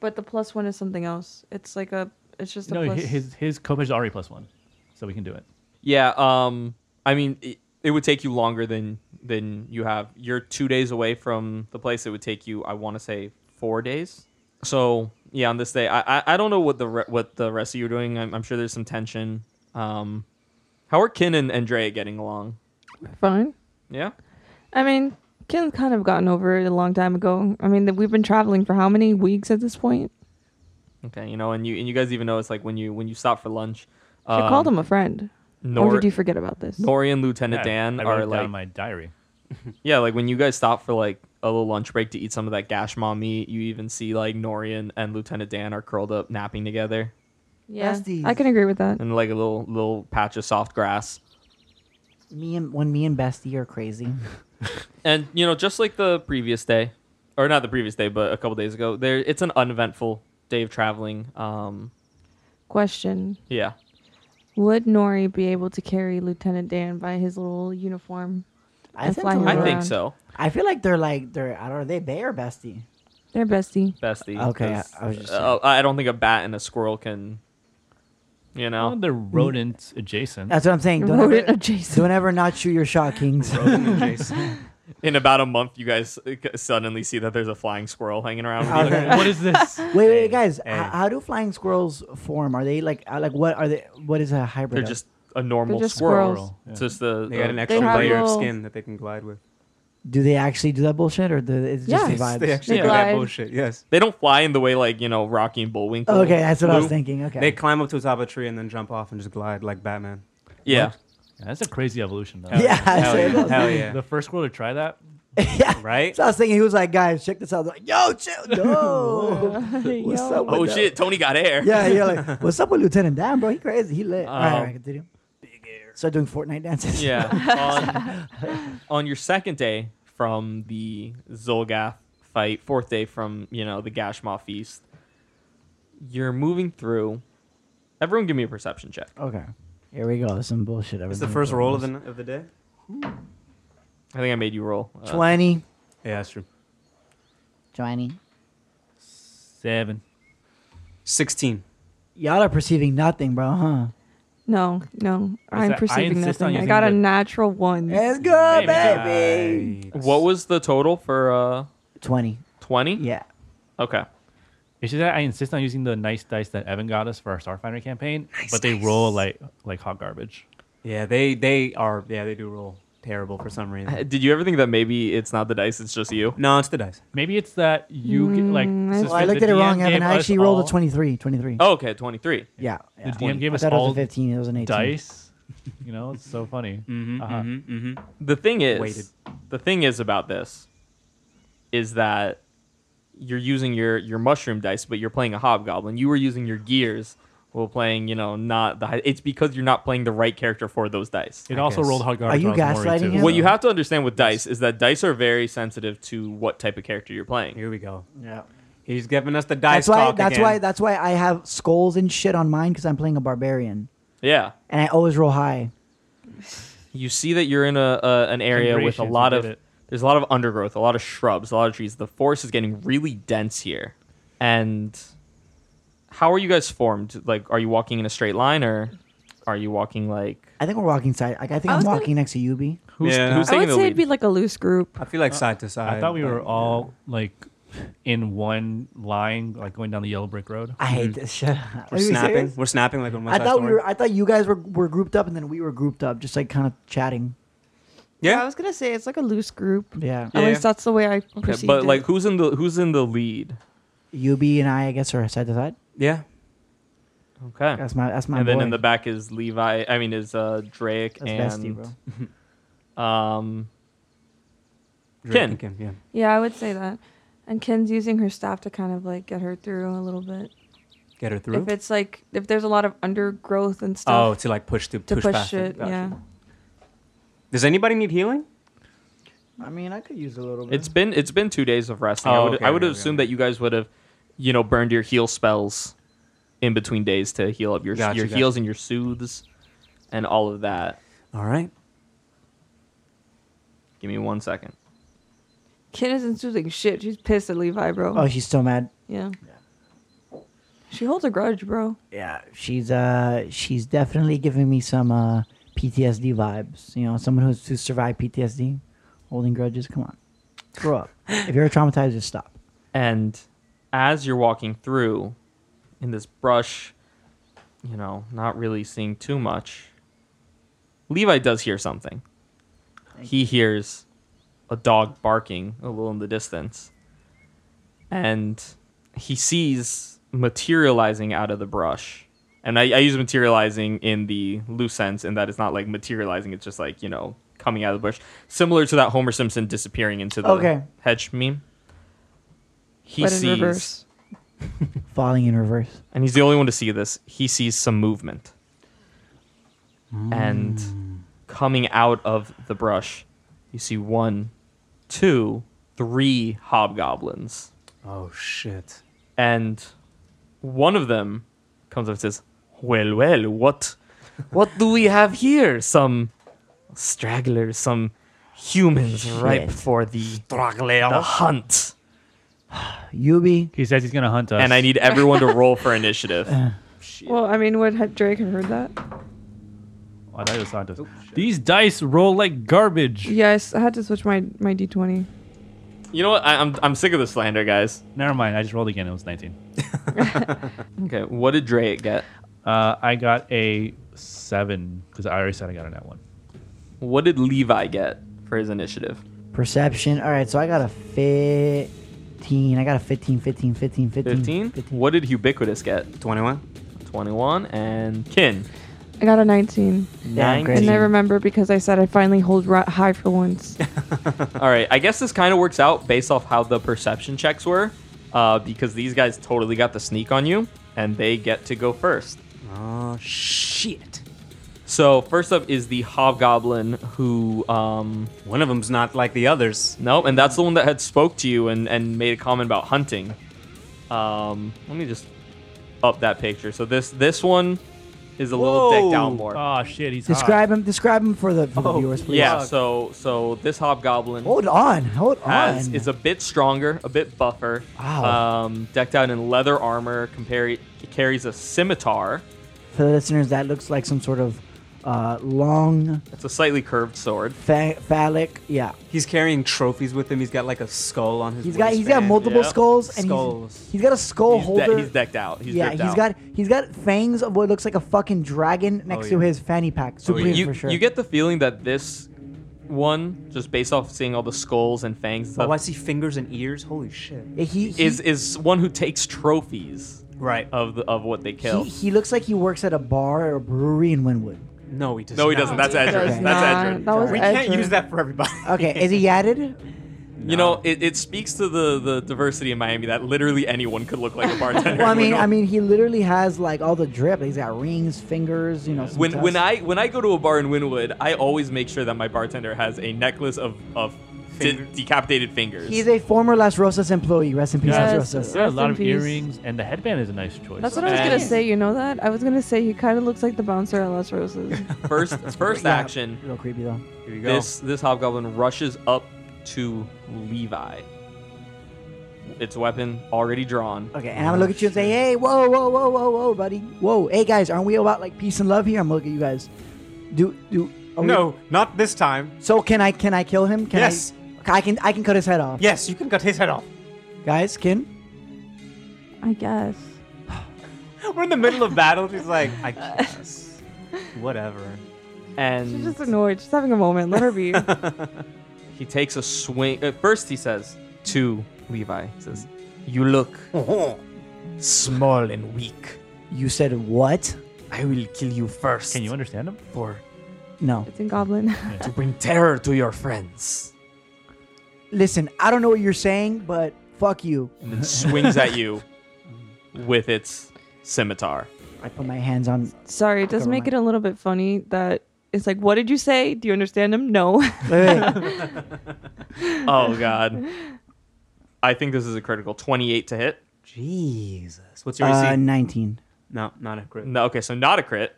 S1: but the plus one is something else. It's like a. It's just a
S7: No,
S1: plus.
S7: hi- his his Kopesh is already plus one, so we can do it.
S4: Yeah. Um. I mean, it, it would take you longer than than you have. You're two days away from the place. It would take you, I want to say, four days. So yeah, on this day, I I, I don't know what the re- what the rest of you are doing. I'm, I'm sure there's some tension. Um, how are Kin and, and Dre getting along?
S1: Fine.
S4: Yeah.
S1: I mean, Ken kind of gotten over it a long time ago. I mean, we've been traveling for how many weeks at this point?
S4: Okay. You know, and you and you guys even know it's like when you when you stop for lunch.
S1: I
S4: um,
S1: called him a friend. or
S4: Nor-
S1: did you forget about this?
S4: Nori and Lieutenant Dan
S7: I, I wrote
S4: are
S7: it down
S4: like
S7: in my diary.
S4: Yeah, like when you guys stop for like a little lunch break to eat some of that Gashma meat, you even see like Norian and Lieutenant Dan are curled up napping together
S1: yeah,
S3: Besties.
S1: I can agree with that.
S4: in like a little little patch of soft grass.
S3: Me and when me and Bestie are crazy.
S4: And you know, just like the previous day, or not the previous day, but a couple days ago, there it's an uneventful day of traveling. Um,
S1: Question:
S4: yeah,
S1: Would Nori be able to carry Lieutenant Dan by his little uniform?
S3: I
S1: And
S3: think,
S1: fly him
S4: I
S1: Around.
S4: think so,
S3: I feel like they're like they're. I don't. Are they Bay or Bestie?
S1: They're bestie.
S4: bestie.
S3: Okay,
S4: 'cause,
S3: I- I was just
S4: uh, I don't think a bat and a squirrel can, you
S7: Oh,
S4: know.
S7: they're rodent adjacent.
S3: That's what I'm saying. Don't
S1: Rodent
S3: ever,
S1: adjacent.
S3: don't ever not shoot your shot, Kings.
S4: In about a month, you guys uh, suddenly see that there's a flying squirrel hanging around. with you.
S7: what is this?
S3: Wait, wait, guys.
S2: hey.
S3: h- How do flying squirrels form? Are they like, uh, like what are they? What is a hybrid?
S4: They're
S3: of?
S4: just a normal
S1: just
S4: squirrel.
S1: squirrels.
S4: It's just the uh,
S2: They got an
S4: the-
S2: extra
S1: have
S2: layer of
S1: little-
S2: skin that they can glide with.
S3: Do they actually do that bullshit, or do, it's just
S1: Yes,
S3: the vibes?
S2: They actually
S1: They
S2: do that
S1: glide.
S2: bullshit. Yes.
S4: They don't fly in the way like you know Rocky and Bullwinkle.
S3: okay, that's what I was
S4: do.
S3: thinking. Okay,
S2: They climb up to the top of a tree and then jump off and just glide like Batman.
S4: Yeah,
S7: Yeah, that's a crazy evolution, though.
S3: yeah, that's
S2: Hell
S3: what I
S2: yeah.
S3: was
S2: Hell
S3: thinking.
S2: yeah.
S7: The first world to try that.
S3: yeah.
S2: Right?
S3: So I was thinking he was like, guys, check this out. They're like, yo, chill, no. What's
S1: Yo.
S3: up? With
S4: Oh
S3: that?
S4: shit, Tony got air.
S3: Yeah, you're like, what's up with Lieutenant Dan, bro? He crazy. He lit. all right, all
S4: Um,
S3: right, continue. Big air. Start doing Fortnite dances.
S4: Yeah. on, on your second day from the Zolgath fight, fourth day from you know the Gashma feast, you're moving through. Everyone, give me a perception check.
S3: Okay. Here we go. Some bullshit.
S2: It's the first roll of the of the day.
S4: I think I made you roll. Uh,
S3: 20.
S2: Yeah, that's true.
S3: 20.
S7: Seven.
S2: Sixteen.
S3: Y'all are perceiving nothing, bro, huh?
S1: No, no. I'm
S7: that- I
S1: perceiving
S7: insist on
S1: nothing. I
S7: using
S1: got a
S7: the-
S1: natural one.
S3: Let's go, baby.
S2: Nice.
S4: what was the total for uh
S3: 20.
S4: 20?
S3: Yeah.
S4: Okay.
S7: It's just that I insist on using the nice dice that Evan got us for our Starfinder campaign, but they roll like like hot garbage.
S2: Yeah, they they are. Yeah, they do roll terrible for some reason.
S4: Did you ever think that maybe it's not the dice, it's just you?
S2: No, it's the dice.
S7: Maybe it's that you get, like.
S1: I-
S7: since
S1: Well,
S3: Well, Mm, I
S7: the
S3: looked at it
S7: DM
S3: wrong, Evan.
S7: gave
S3: I
S7: us
S3: actually rolled
S7: all
S3: a 23. 23.
S4: Oh, okay, 23.
S3: Yeah. yeah.
S7: The DM gave
S3: I
S7: us
S3: thought it was
S7: all
S3: a 15. It was an 18.
S7: dice. You know, it's so funny.
S2: Mm-hmm,
S7: Uh-huh.
S2: mm-hmm, mm-hmm.
S4: The thing is,
S2: Weighted.
S4: the thing is about this is that you're using your your mushroom dice, but you're playing a hobgoblin. You were using your gears while playing, you know, not the. hi- It's because you're not playing the right character for those dice.
S7: It also rolled hot garbage.
S3: Are you
S7: when I was worried,
S3: gaslighting
S7: too,
S3: him?
S4: What you have to understand with dice is that dice are very sensitive to what type of character you're playing.
S2: Here we go.
S3: Yeah.
S2: He's giving us the dice
S3: That's why.
S2: talk
S3: That's
S2: again.
S3: why. That's why I have skulls and shit on mine because I'm playing a barbarian
S4: Yeah,
S3: and I always roll high.
S4: you see that you're in a, a an area with a
S7: Generations,
S4: lot
S7: I
S4: of
S7: get it.
S4: there's a lot of undergrowth, a lot of shrubs, a lot of trees. The forest is getting really dense here. And how are you guys formed? Like, are you walking in a straight line or are you walking like
S3: I think we're walking side. Like, I think
S1: I
S3: I'm
S1: was gonna-
S3: walking next to Yubi.
S4: who's
S2: Yeah.
S4: who's
S1: I
S4: taking
S1: would
S4: the
S1: say
S4: lead?
S1: it'd be like a loose group.
S2: I feel like side to side.
S7: Uh, I thought we were
S2: but-
S7: all like in one line, like going down the yellow brick road.
S3: I hate
S4: Mm-hmm.
S3: this shit. Are
S2: We're
S3: you
S2: snapping.
S3: serious?
S2: We're snapping like on West
S3: I
S2: Side
S3: thought we
S2: Story.
S3: were. I thought you guys were, were grouped up, and then we were grouped up, just like kind of chatting.
S1: I
S2: Yeah.
S1: was gonna say it's like a loose group.
S3: Yeah.
S2: Yeah.
S1: At least that's the way I
S4: Okay,
S1: perceived
S4: but
S1: it.
S4: like who's in the who's in the lead?
S3: Yubi and I, I guess, are side to side.
S2: Yeah.
S4: Okay.
S3: That's my. That's my.
S4: and then in
S3: boy.
S4: the back is Levi I mean is uh Drake
S3: That's bestie,
S4: and
S3: bro.
S4: um
S2: Drake
S4: Ken.
S2: and Kim. Yeah.
S1: yeah, I would say that. And Ken's using her staff to kind of like get her through a little bit.
S2: Get her through.
S1: If it's like if there's a lot of undergrowth and
S2: Oh,
S1: stuff
S2: to like push to,
S1: to
S2: push,
S1: push
S2: past
S1: it,
S2: Gotcha.
S1: yeah.
S2: Does anybody need healing?
S3: I mean, I could use a little bit.
S4: It's been it's been two days of resting. I
S2: Oh,
S4: would
S2: okay,
S4: I would
S2: okay,
S4: have
S2: okay,
S4: assumed
S2: okay.
S4: that you guys would have, you know, burned your heal spells in between days to heal up your
S2: Gotcha,
S4: your
S2: gotcha.
S4: heals and your soothes and all of that.
S2: All right.
S4: Give me one second.
S1: Ken isn't soothing shit. She's pissed at Levi, bro.
S3: Oh, she's still mad.
S1: yeah. She holds a grudge, bro.
S3: Yeah, she's uh, she's definitely giving me some uh PTSD vibes. You know, someone who's who survived PTSD, holding grudges. Come on, grow up. if you're traumatized, just stop.
S4: And as you're walking through in this brush, you know, not really seeing too much, Levi does hear something. He hears a dog barking a little in the distance. And he sees materializing out of the brush. And I, I use materializing in the loose sense, in that it's not like materializing, it's just like, you know, coming out of the bush. Similar to that Homer Simpson disappearing into the
S3: Okay.
S4: hedge meme. He
S1: but in
S4: sees
S1: reverse.
S3: Falling in reverse.
S4: and he's the only one to see this. He sees some movement. And coming out of the brush, you see one, two, three hobgoblins.
S2: Oh shit.
S4: And one of them comes up and says, Well, well, what what do we have here? Some stragglers, some humans ripe
S3: Shit.
S4: for the, the hunt.
S3: Yubi,
S7: He says he's gonna hunt us.
S4: And I need everyone to roll for initiative.
S1: Well, I mean, would had Drake have heard that?
S7: Oh, I thought it was Santos. These dice roll like garbage.
S1: Yes, I had to switch my my d twenty.
S4: You know what? I, I'm, I'm sick of this slander, guys.
S7: Never mind. I just rolled again. It was 19.
S4: Okay, what did Drake get?
S7: Uh, I got a seven because I already said I got a net one.
S4: What did Levi get for his initiative?
S3: perception. All right, so I got a 15. I got a 15, 15, 15, 15.
S4: 15? What did Ubiquitous get?
S2: Twenty-one.
S4: 21 and Kin.
S1: I got a nineteen,
S3: Damn, great.
S1: and I remember because I said I finally hold ra- high for once.
S4: All right, I guess this kind of works out based off how the perception checks were uh, because these guys totally got the sneak on you and they get to go first.
S2: Oh shit.
S4: So, first up is the Hobgoblin who, um,
S2: One of them's not like the others.
S4: no, and that's the one that had spoke to you and, and made a comment about hunting. Um, let me just up that picture. So this this one is a little dick down
S2: Whoa.
S4: more.
S5: Oh shit, he's
S3: Describe him. Describe him for the, for the viewers, please.
S4: Ah. Oh, yeah. So so this hobgoblin
S3: Hold on. Hold
S4: has
S3: on.
S4: is a bit stronger, a bit buffer.
S3: Wow.
S4: Um, decked out in leather armor, compare it carries a scimitar.
S3: for the listeners, that looks like some sort of uh, long
S4: It's a slightly curved sword.
S3: pha- phallic. Yeah.
S2: He's carrying trophies with him. He's got like a skull on his.
S3: He's got he's got
S2: waistband.
S3: multiple
S4: yeah.
S3: skulls and
S2: Skulls.
S3: He's, he's got a skull
S4: He's, de-
S3: holder.
S4: he's decked out. He's
S3: Oh, yeah,
S4: ripped
S3: he's
S4: out. Oh,
S3: got he's got fangs of what looks like a fucking dragon next to
S2: yeah.
S3: his fanny pack. Supreme
S4: you,
S3: for sure.
S4: you get the feeling that this one, just based off seeing all the skulls and fangs, and stuff,
S2: Oh, I see fingers and ears. Holy shit!
S3: Yeah, he, he-
S4: is is one who takes trophies
S2: Right.
S4: of the, of what they kill.
S3: he, he looks like he works at a bar or a brewery in Wynwood.
S2: No, he doesn't.
S4: no, he doesn't. That's Edris.
S1: Does
S4: That's
S1: not.
S4: Edris.
S1: That was
S2: We can't
S1: Edrin.
S2: use that for everybody.
S3: Okay, is he added?
S4: You know, it, it speaks to the, the diversity in Miami that literally anyone could look like a bartender.
S3: Well, I mean,
S4: When-
S3: I mean, he literally has like all the drip. He's got rings, fingers, you know. some
S4: when when
S3: tusks.
S4: I when I go to a bar in Wynwood, I always make sure that my bartender has a necklace of of de-
S2: Finger-
S4: decapitated fingers.
S3: he's a former Las Rosas employee. Rest in peace, Las
S1: Yes.
S3: Rosas.
S7: There are a
S1: Rest
S7: lot
S1: in
S7: of
S1: peace.
S7: earrings, and the headband is a nice choice.
S1: That's what I was
S4: And-
S1: gonna say. You know that? I was gonna say he kind of looks like the bouncer at Las Roses.
S4: first first
S3: Yeah,
S4: action.
S3: Real creepy though.
S2: Here we go.
S4: This this hobgoblin rushes up to Levi. Its weapon already drawn.
S3: Okay, and I'm gonna look at you and say, "Hey, whoa, whoa, whoa, whoa, whoa, buddy, whoa, hey guys, aren't we about like peace and love here?" I'm looking at you guys. Do do are we-
S2: no, not this time.
S3: so can I can I kill him? Can
S2: Yes.
S3: I, I can I can cut his head off.
S2: Yes, you can cut his head off.
S3: Guys, can
S1: I guess.
S2: We're in the middle of battle. She's like, I guess. Whatever.
S1: She's
S4: And
S1: just annoyed. She's having a moment. Let her be.
S4: he takes a swing. At first, he says to Levi, he says, "You look small and weak.
S3: you said what?
S6: I will kill you first.
S7: Can you understand him?
S6: for
S3: No.
S1: it's in Goblin.
S6: to bring terror to your friends?
S3: Listen, I don't know what you're saying, but fuck you.
S4: and then swings at you with its scimitar.
S3: I put my hands on.
S1: Sorry, it does
S3: Never
S1: make
S3: mind.
S1: it a little bit funny that it's like, what did you say? Do you understand him? No.
S3: Wait, wait.
S4: Oh god. I think this is a critical 28 to hit.
S2: Jesus. What's your
S3: uh,
S2: AC?
S3: nineteen.
S2: No, not a crit.
S4: No, okay, so not a crit.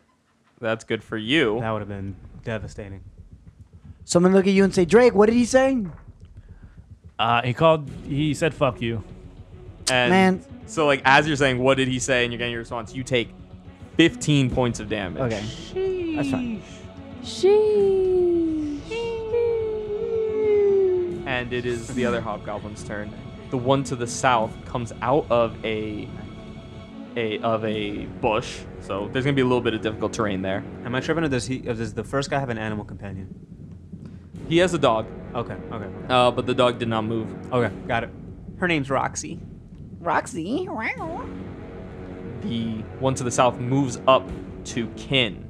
S4: That's good for you.
S2: That would have been devastating.
S3: So I'm gonna look at you and say, Drake, what did he say?
S7: Uh, he called. He said, "Fuck you."
S4: And
S3: Man.
S4: so like as you're saying what did he say and you're getting your response, you take 15 points of damage.
S3: Okay, that's fine.
S1: she.
S4: And it is the other hobgoblin's turn. The one to the south comes out of a a of a bush. So there's going to be a little bit of difficult terrain there.
S2: Am I tripping or does he? Or does the first guy have an animal companion?
S4: He has a dog,
S2: Okay, okay, okay.
S4: uh, but the dog did not move.
S2: okay. Got it. Her name's Roxy.
S3: Roxy.
S4: the one to the south moves up to Kin.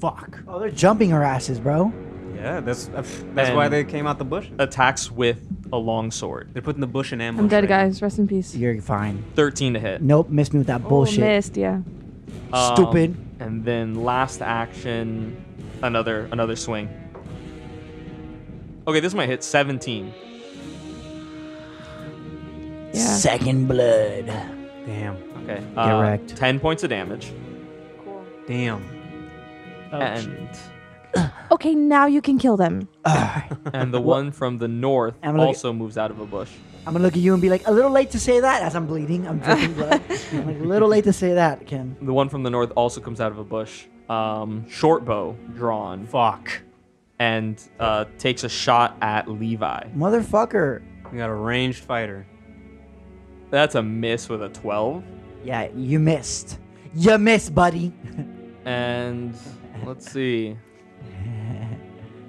S2: Fuck.
S3: Oh, they're jumping her asses, bro.
S2: Yeah, that's uh, that's why
S4: And-
S2: they came out the bush.
S3: uh,
S4: Attacks with a long sword.
S2: They're putting the bush in ambush.
S1: I'm dead,
S2: right
S1: guys. Rest in peace.
S3: You're fine.
S4: 13 to hit.
S3: Nope, missed me with that bullshit.
S1: Oh, missed. Yeah.
S4: Um,
S3: Stupid.
S4: And then last action, another another swing. Okay, this might hit 17.
S1: Yeah.
S3: Second blood.
S2: now. Damn.
S4: Okay. uh,
S3: wrecked.
S4: 10 points of damage.
S2: Damn.
S7: Oh,
S4: and
S1: Okay, now you can kill them.
S4: and the one from the north
S3: I'm gonna look-
S4: also moves out of a bush.
S3: I'm gonna look at you and be like, a little late to say that as I'm bleeding. I'm drinking blood. I'm like, a little late to say that, Ken.
S4: The one from the north also comes out of a bush. Um, short bow drawn
S2: Fuck.
S4: and uh, takes a shot at Levi.
S3: Motherfucker.
S2: We got a ranged fighter.
S4: That's a miss with a 12.
S3: Yeah, you missed. You missed, buddy.
S4: And let's see.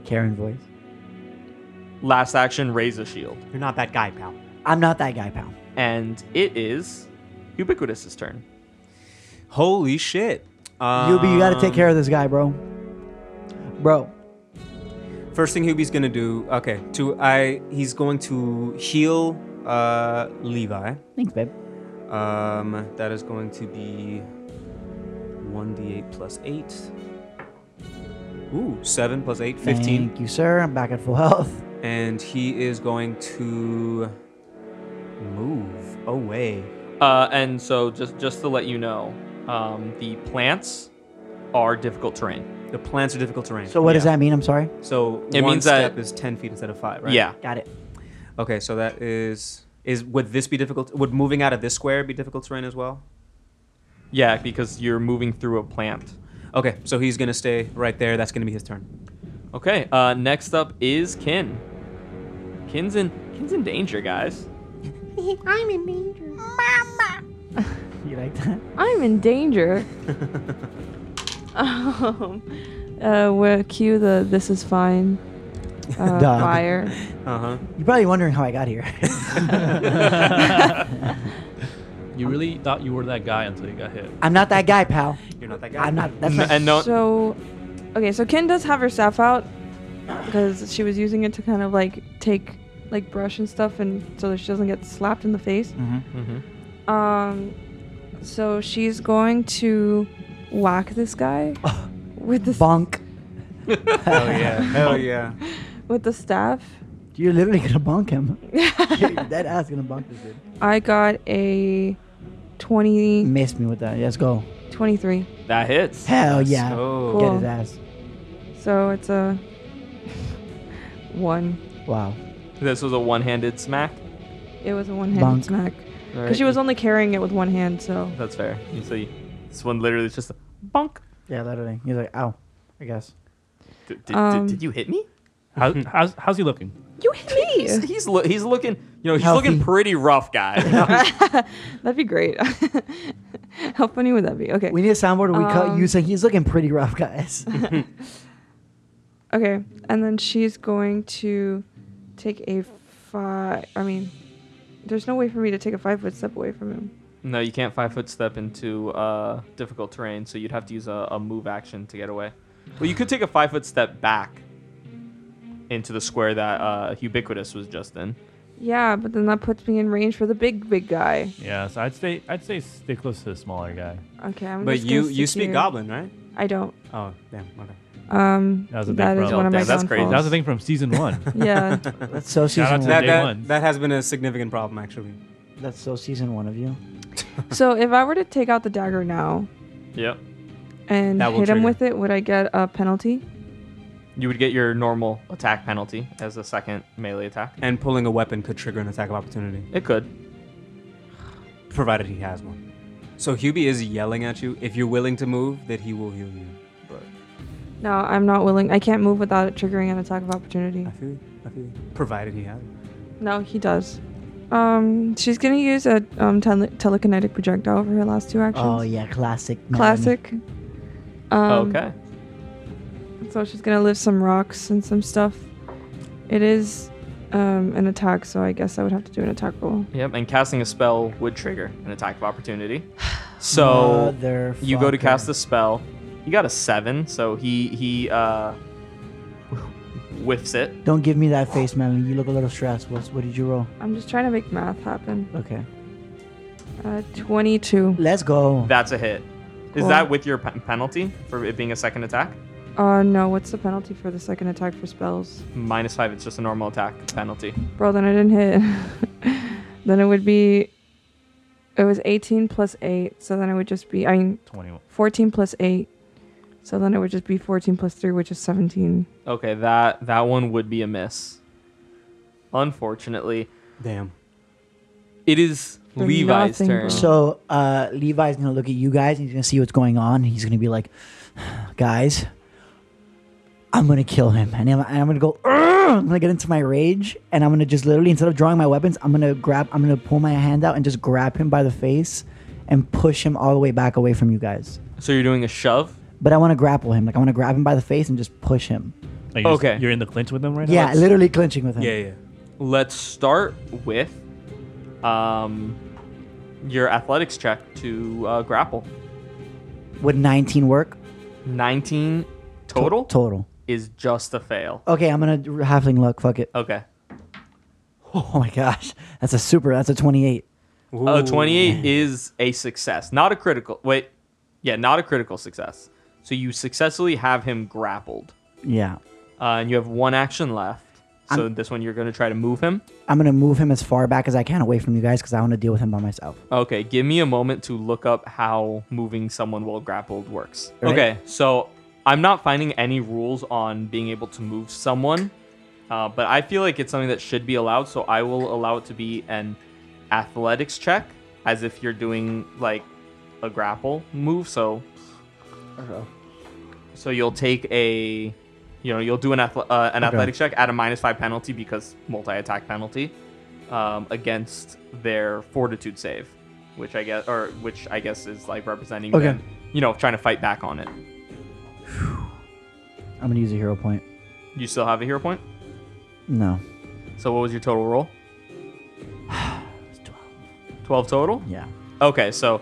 S3: Karen voice.
S4: Last action, raise a shield.
S2: You're not that guy, pal.
S3: I'm not that guy, pal.
S4: And it is Ubiquitous's turn.
S2: Holy shit. Um,
S3: Yubi, you gotta take care of this guy, bro. Bro.
S2: Um, First thing Hubie's gonna do. Okay. To I. He's going to heal uh, Levi.
S3: Thanks, babe.
S2: Um, that is going to be 1d8 plus 8. Ooh, 7 plus 8, 15.
S3: Thank you, sir. I'm back at full health.
S2: And he is going to move away.
S4: Uh, and so just just to let you know, um, the plants are difficult terrain.
S2: The plants are difficult terrain.
S3: So what does that mean? I'm sorry.
S2: So
S4: It
S2: one
S4: means that-
S2: step is ten feet instead of five, right?
S4: Yeah.
S3: Got it.
S2: Okay, so that is is would this be difficult? Would moving out of this square be difficult terrain as well?
S4: Yeah, because you're moving through a plant.
S2: Okay, so he's gonna stay right there. That's gonna be his turn.
S4: Okay, uh, next up is Kin. Kin's in Kin's in danger, guys.
S8: I'm in danger. Mama.
S3: You like that?
S1: I'm in danger. um, uh, we'll cue the this is fine uh,
S3: Duh.
S1: fire.
S2: Uh huh.
S3: You're probably wondering how I got here.
S7: You really thought you were that guy until you got hit.
S3: I'm not that guy, pal.
S2: You're not that guy.
S3: I'm not. That's
S4: N-
S3: not.
S4: and no,
S1: So, okay, so Ken does have her staff out because she was using it to kind of like take like brush and stuff, and so that she doesn't get slapped in the face.
S4: Mhm.
S1: Um, so she's going to whack this guy with the
S3: bonk.
S2: Hell yeah. Hell yeah.
S1: with the staff.
S3: You're literally gonna bonk him. You're dead ass gonna bonk this dude.
S1: I got a 20,
S3: Miss me with that. Let's go.
S1: 23.
S4: that hits.
S3: Hell yeah.
S2: Oh.
S1: Cool.
S3: Get his ass.
S1: So it's a one.
S3: Wow.
S4: This was a one-handed smack.
S1: It was a one-handed
S3: Bonk.
S1: smack because
S4: Alright,
S1: she was only carrying it with one hand. So
S4: That's fair. You see, this one literally is just a bonk.
S3: Yeah, literally. He's like, ow. I guess.
S4: D- d- d-
S1: Um,
S4: did you hit me?
S7: How, how's, how's he looking?
S1: you hit
S4: He's
S1: me.
S4: he's, loo- he's looking, you know, he's looking
S3: Healthy.
S4: pretty rough, guy.
S1: That'd be great. How funny would that be? Okay.
S3: We need a soundboard. where We cut
S1: Um,
S3: you saying he's looking pretty rough, guys.
S1: Okay, and then she's going to take a five. I mean, there's no way for me to take a five-foot step away from him.
S4: no, you can't five foot step into uh, difficult terrain, so you'd have to use a, a move action to get away. Well, you could take a five foot step back into the square that uh, ubiquitous was just in.
S1: Yeah, but then that puts me in range for the big, big guy.
S7: Yeah, so I'd say I'd say stay close to the smaller guy.
S1: Okay, I'm.
S2: But
S1: just
S2: you
S1: gonna
S2: you
S1: stick
S2: speak
S1: here.
S2: goblin, right?
S1: I don't.
S2: Oh damn. Okay.
S1: Um,
S7: That was a big
S1: that is
S7: problem.
S1: one of my
S4: Damn, that's crazy.
S1: downfalls.
S7: That was the thing from season one.
S1: Yeah.
S3: That's so
S7: Shout
S3: season
S7: out to
S3: one.
S2: That
S7: day
S2: that,
S7: one.
S2: that has been a significant problem actually.
S3: That's so season one of you.
S1: so if I were to take out the dagger now
S4: Yep.
S1: and
S2: That will
S1: hit him
S2: trigger.
S1: with it, would I get a penalty?
S4: You would get your normal attack penalty as a second melee attack.
S2: And pulling a weapon could trigger an attack of opportunity,
S4: It could.
S2: provided he has one. So Hubie is yelling at you. If you're willing to move, that he will heal you. But
S1: No, I'm not willing. I can't move without it triggering an attack of opportunity.
S2: I feel you. I feel you. Provided he has. it.
S1: No, he does. Um, she's gonna use a um tele- telekinetic projectile for her last two actions.
S3: Oh yeah, classic. Melanie.
S1: Classic. Um,
S4: Oh, okay.
S1: So she's gonna lift some rocks and some stuff. It is um an attack, so I guess I would have to do an attack roll.
S4: Yep. And casting a spell would trigger an attack of opportunity. So
S3: Motherfucker.
S4: Oh, you go to cast the spell. You got a seven, so he he uh, whiffs it.
S3: Don't give me that face, Melanie. You look a little stressed. What's, what did you roll?
S1: I'm just trying to make math happen.
S3: Okay.
S1: Uh, 22.
S3: Let's go.
S4: That's a hit. Is
S1: Cool.
S4: that with your pe- penalty for it being a second attack?
S1: Uh, no, what's the penalty for the second attack for spells?
S4: Minus five. It's just a normal attack penalty.
S1: Bro, then I didn't hit. then it would be. It was 18 plus 8, so then it would just be. I mean,
S7: Twenty one.
S1: 14 plus 8. So then it would just be 14 plus 3, which is 17.
S4: Okay, that that one would be a miss. Unfortunately,
S2: Damn.
S4: it is
S1: They're
S4: Levi's
S1: nothing
S2: Uh-huh.
S4: turn.
S1: but-
S3: So uh, Levi's gonna look at you guys and he's gonna see what's going on. He's gonna be like, "Guys, I'm gonna kill him," and I'm, and I'm gonna go. "Urgh!" I'm gonna get into my rage, and I'm gonna just literally instead of drawing my weapons, I'm gonna grab. I'm gonna pull my hand out and just grab him by the face and push him all the way back away from you guys.
S4: So you're doing a shove.
S3: But I want to grapple him. Like I want to grab him by the face and just push him.
S7: Like, you're-
S4: Okay.
S7: You're in the clinch with them right now?
S3: yeah, literally clinching with him.
S2: Yeah, yeah.
S4: Let's start with um your athletics check to uh, grapple.
S3: Would 19 work?
S4: 19
S3: To-
S4: total
S3: total.
S4: is just a fail.
S3: Okay, I'm gonna halfling luck. Fuck it.
S4: Okay.
S3: Oh my gosh, that's a super. That's a 28.
S4: Oh, 28 is a success. Not a critical. Wait. Yeah, not a critical success. So you successfully have him grappled.
S3: Yeah.
S4: Uh, and you have one action left. So this one, you're going to try to move him.
S3: I'm gonna move him as far back as I can away from you guys because I want to deal with him by myself.
S4: Okay, give me a moment to look up how moving someone while grappled works.
S3: Right.
S4: Okay, so I'm not finding any rules on being able to move someone, uh, but I feel like it's something that should be allowed, so I will allow it to be an athletics check as if you're doing like a grapple move. So, so you'll take a, you know, you'll do an athle- uh, an athletics check at a minus five penalty because multi attack penalty um, against their fortitude save, which I guess or which I guess is like representing
S3: Okay.
S4: them, you know, trying to fight back on it.
S3: I'm gonna use a hero point.
S4: You still have a hero point.
S3: No.
S4: So what was your total roll?
S3: 12.
S4: 12 total?
S3: Yeah.
S4: Okay, so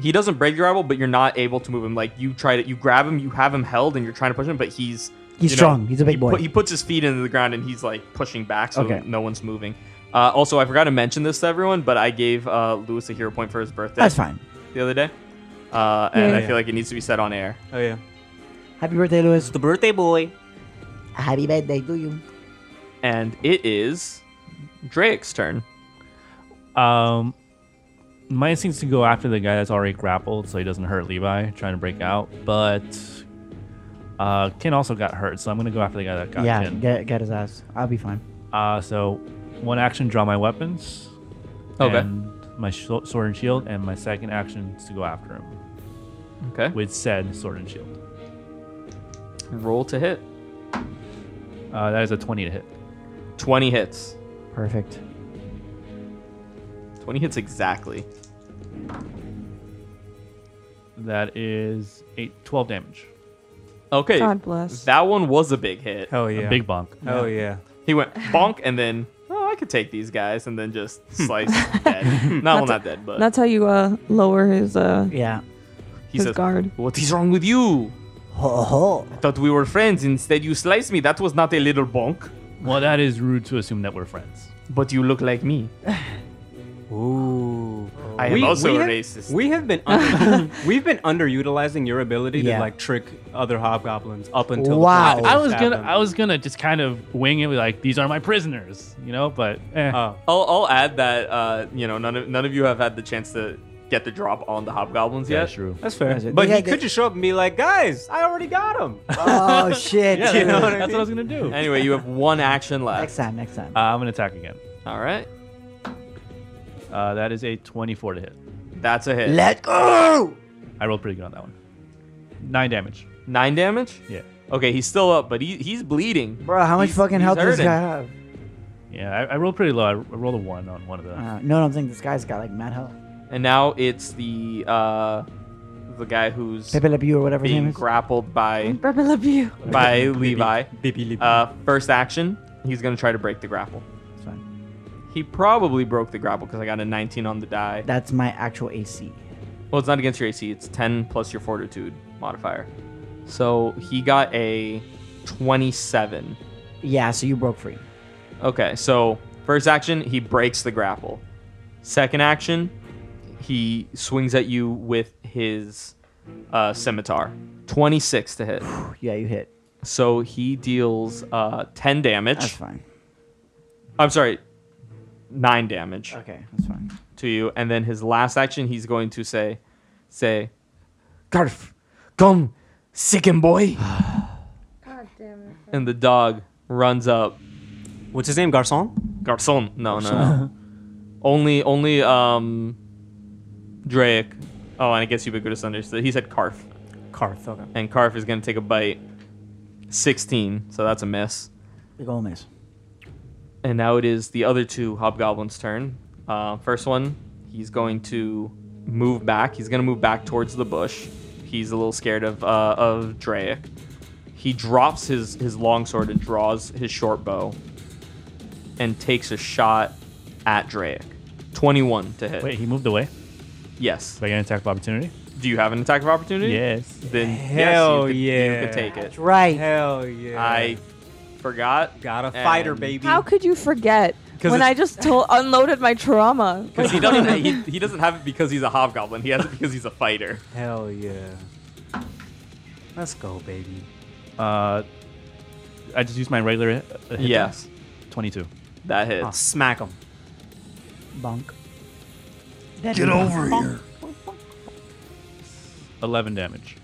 S4: he doesn't break your elbow, but you're not able to move him. Like you try to, you grab him, you have him held, and you're trying to push him, but he's
S3: He's
S4: you know,
S3: strong. He's a big
S4: he
S3: boy.
S4: put- he puts his feet into the ground and he's like pushing back, so
S3: Okay.
S4: no one's moving. Uh, also, I forgot to mention this to everyone, but I gave uh, Lewis a hero point for his birthday
S3: That's fine.
S4: the other day, uh, and
S1: Yeah.
S4: I feel like it needs to be said on air.
S2: Oh yeah.
S3: Happy birthday, Lewis.
S2: It's the birthday boy.
S3: Happy birthday to you.
S4: And it is Drake's turn.
S7: Um, my instinct's to go after the guy that's already grappled, so he doesn't hurt Levi trying to break out. But uh, Ken also got hurt, so I'm gonna go after the guy that got
S3: yeah,
S7: Ken.
S3: get, get his ass. I'll be fine.
S7: Uh, so one action, draw my weapons.
S4: Okay.
S7: And my sh- sword and shield, and my second action is to go after him
S4: Okay,
S7: with said sword and shield.
S4: roll to hit.
S7: Uh, that is a 20 to hit.
S4: Twenty hits.
S3: Perfect.
S4: 20 hits exactly.
S7: That is eight, 12 damage.
S4: Okay.
S1: God bless.
S4: That one was a big hit.
S2: Hell
S7: A
S2: yeah.
S7: big bonk.
S2: Hell Oh, yeah.
S4: He went bonk and then, oh, I could take these guys and then just slice dead. No, well, not dead, but
S1: That's how you uh, lower his uh,
S3: Yeah.
S4: he
S1: his
S4: says,
S1: guard.
S4: What is wrong with you?
S3: Ho ho.
S4: I thought we were friends. Instead, you sliced me. That was not a little bonk,
S7: Well, that is rude to assume that we're friends.
S4: but you look like me.
S2: Ooh.
S4: I am also
S2: have-
S4: racist.
S2: We have been under, we've been underutilizing your ability
S3: Yeah.
S2: to like trick other hobgoblins up until the
S3: Wow.
S2: point that
S7: I
S2: you
S7: was
S2: stab
S7: gonna,
S2: them.
S7: I was gonna just kind of wing it, be like these are my prisoners, you know. But eh.
S2: Oh.
S4: I'll, I'll add that, uh, you know, none of, none of you have had the chance to get the drop on the hobgoblins
S7: yeah,
S4: yet.
S7: true.
S2: That's fair.
S3: it.
S2: But
S3: Yeah,
S2: he
S3: they-
S2: could just show up and be like, guys, I already got him.
S3: Oh shit.
S7: Yeah,
S2: You know
S7: that's,
S2: what I
S7: that's what I was gonna do. Uh,
S4: Anyway, you have one action
S3: Next
S4: left.
S3: time. Next time.
S7: I'm gonna attack again.
S4: All right.
S7: Uh, that is a 24 to hit.
S4: That's a hit.
S3: Let go.
S7: I rolled pretty good on that one. Nine damage.
S4: Nine damage?
S7: Yeah,
S4: Okay, he's still up, but he, he's bleeding.
S3: Bro, how much
S4: He's-
S3: fucking
S4: he's
S3: health does this
S4: hurting.
S3: guy have?
S7: yeah. I, I rolled pretty low. I r- I rolled a one on one of the.
S3: Uh, no, no, I'm thinking this guy's got like mad health.
S4: And now it's the uh, the guy who's
S3: Pepe Le Pew or whatever his name
S4: being
S3: is.
S4: grappled by
S1: Rebel love you.
S4: by Levi.
S2: Bippy lippy.
S4: Uh, first action, he's gonna try to break the grapple.
S3: It's fine.
S4: He probably broke the grapple because I got a 19 on the die.
S3: That's my actual AC.
S4: Well, it's not against your AC. It's 10 plus your Fortitude modifier. So he got a 27.
S3: Yeah, so you broke free.
S4: Okay, so first action, he breaks the grapple. Second action, he swings at you with his uh, scimitar. 26 to hit.
S3: Yeah, you hit.
S4: So he deals uh, 10
S3: That's
S4: damage.
S3: fine.
S4: I'm sorry, 9 damage
S3: Okay, that's fine.
S4: to you. And then his last action, he's going to say, say,
S6: Garf, come, sickin' boy.
S8: God damn it.
S4: and the dog runs up.
S2: What's his name? Garcon?
S4: Garcon. No, no, no. only, only, um, Drake. Oh, and I guess ubiquitous understood. He said Karf.
S2: Karth. Okay.
S4: And Karf is going to take a bite. 16. So that's a miss.
S3: Big ol' miss.
S4: And now it is the other two hobgoblins' turn. Uh, first one, he's going to move back. He's going to move back towards the bush. He's a little scared of uh, of Draic. He drops his his longsword and draws his short bow, and takes a shot at Draic. Twenty one to hit.
S7: Wait, he moved away.
S4: Yes.
S7: So I get an attack of opportunity.
S4: Do you have an attack of opportunity?
S7: Yes.
S4: Then
S2: Hell
S4: yes, you could,
S2: yeah.
S4: you could take it.
S3: That's right.
S2: Hell yeah.
S4: I forgot.
S2: got a fighter,
S4: and-
S2: baby.
S1: How could you forget
S2: 'Cause
S1: when
S2: it's-
S1: I just told unloaded my trauma?
S4: Because he doesn't. He, he doesn't have it because he's a hobgoblin. He has it because he's a fighter.
S2: Hell yeah. Let's go, baby.
S7: Uh, I just used my regular. hit- hit die.
S4: Yes.
S7: 22.
S4: That
S2: I'll
S4: hits.
S2: smack him.
S3: Bonk.
S9: Get over here.
S7: 11 damage.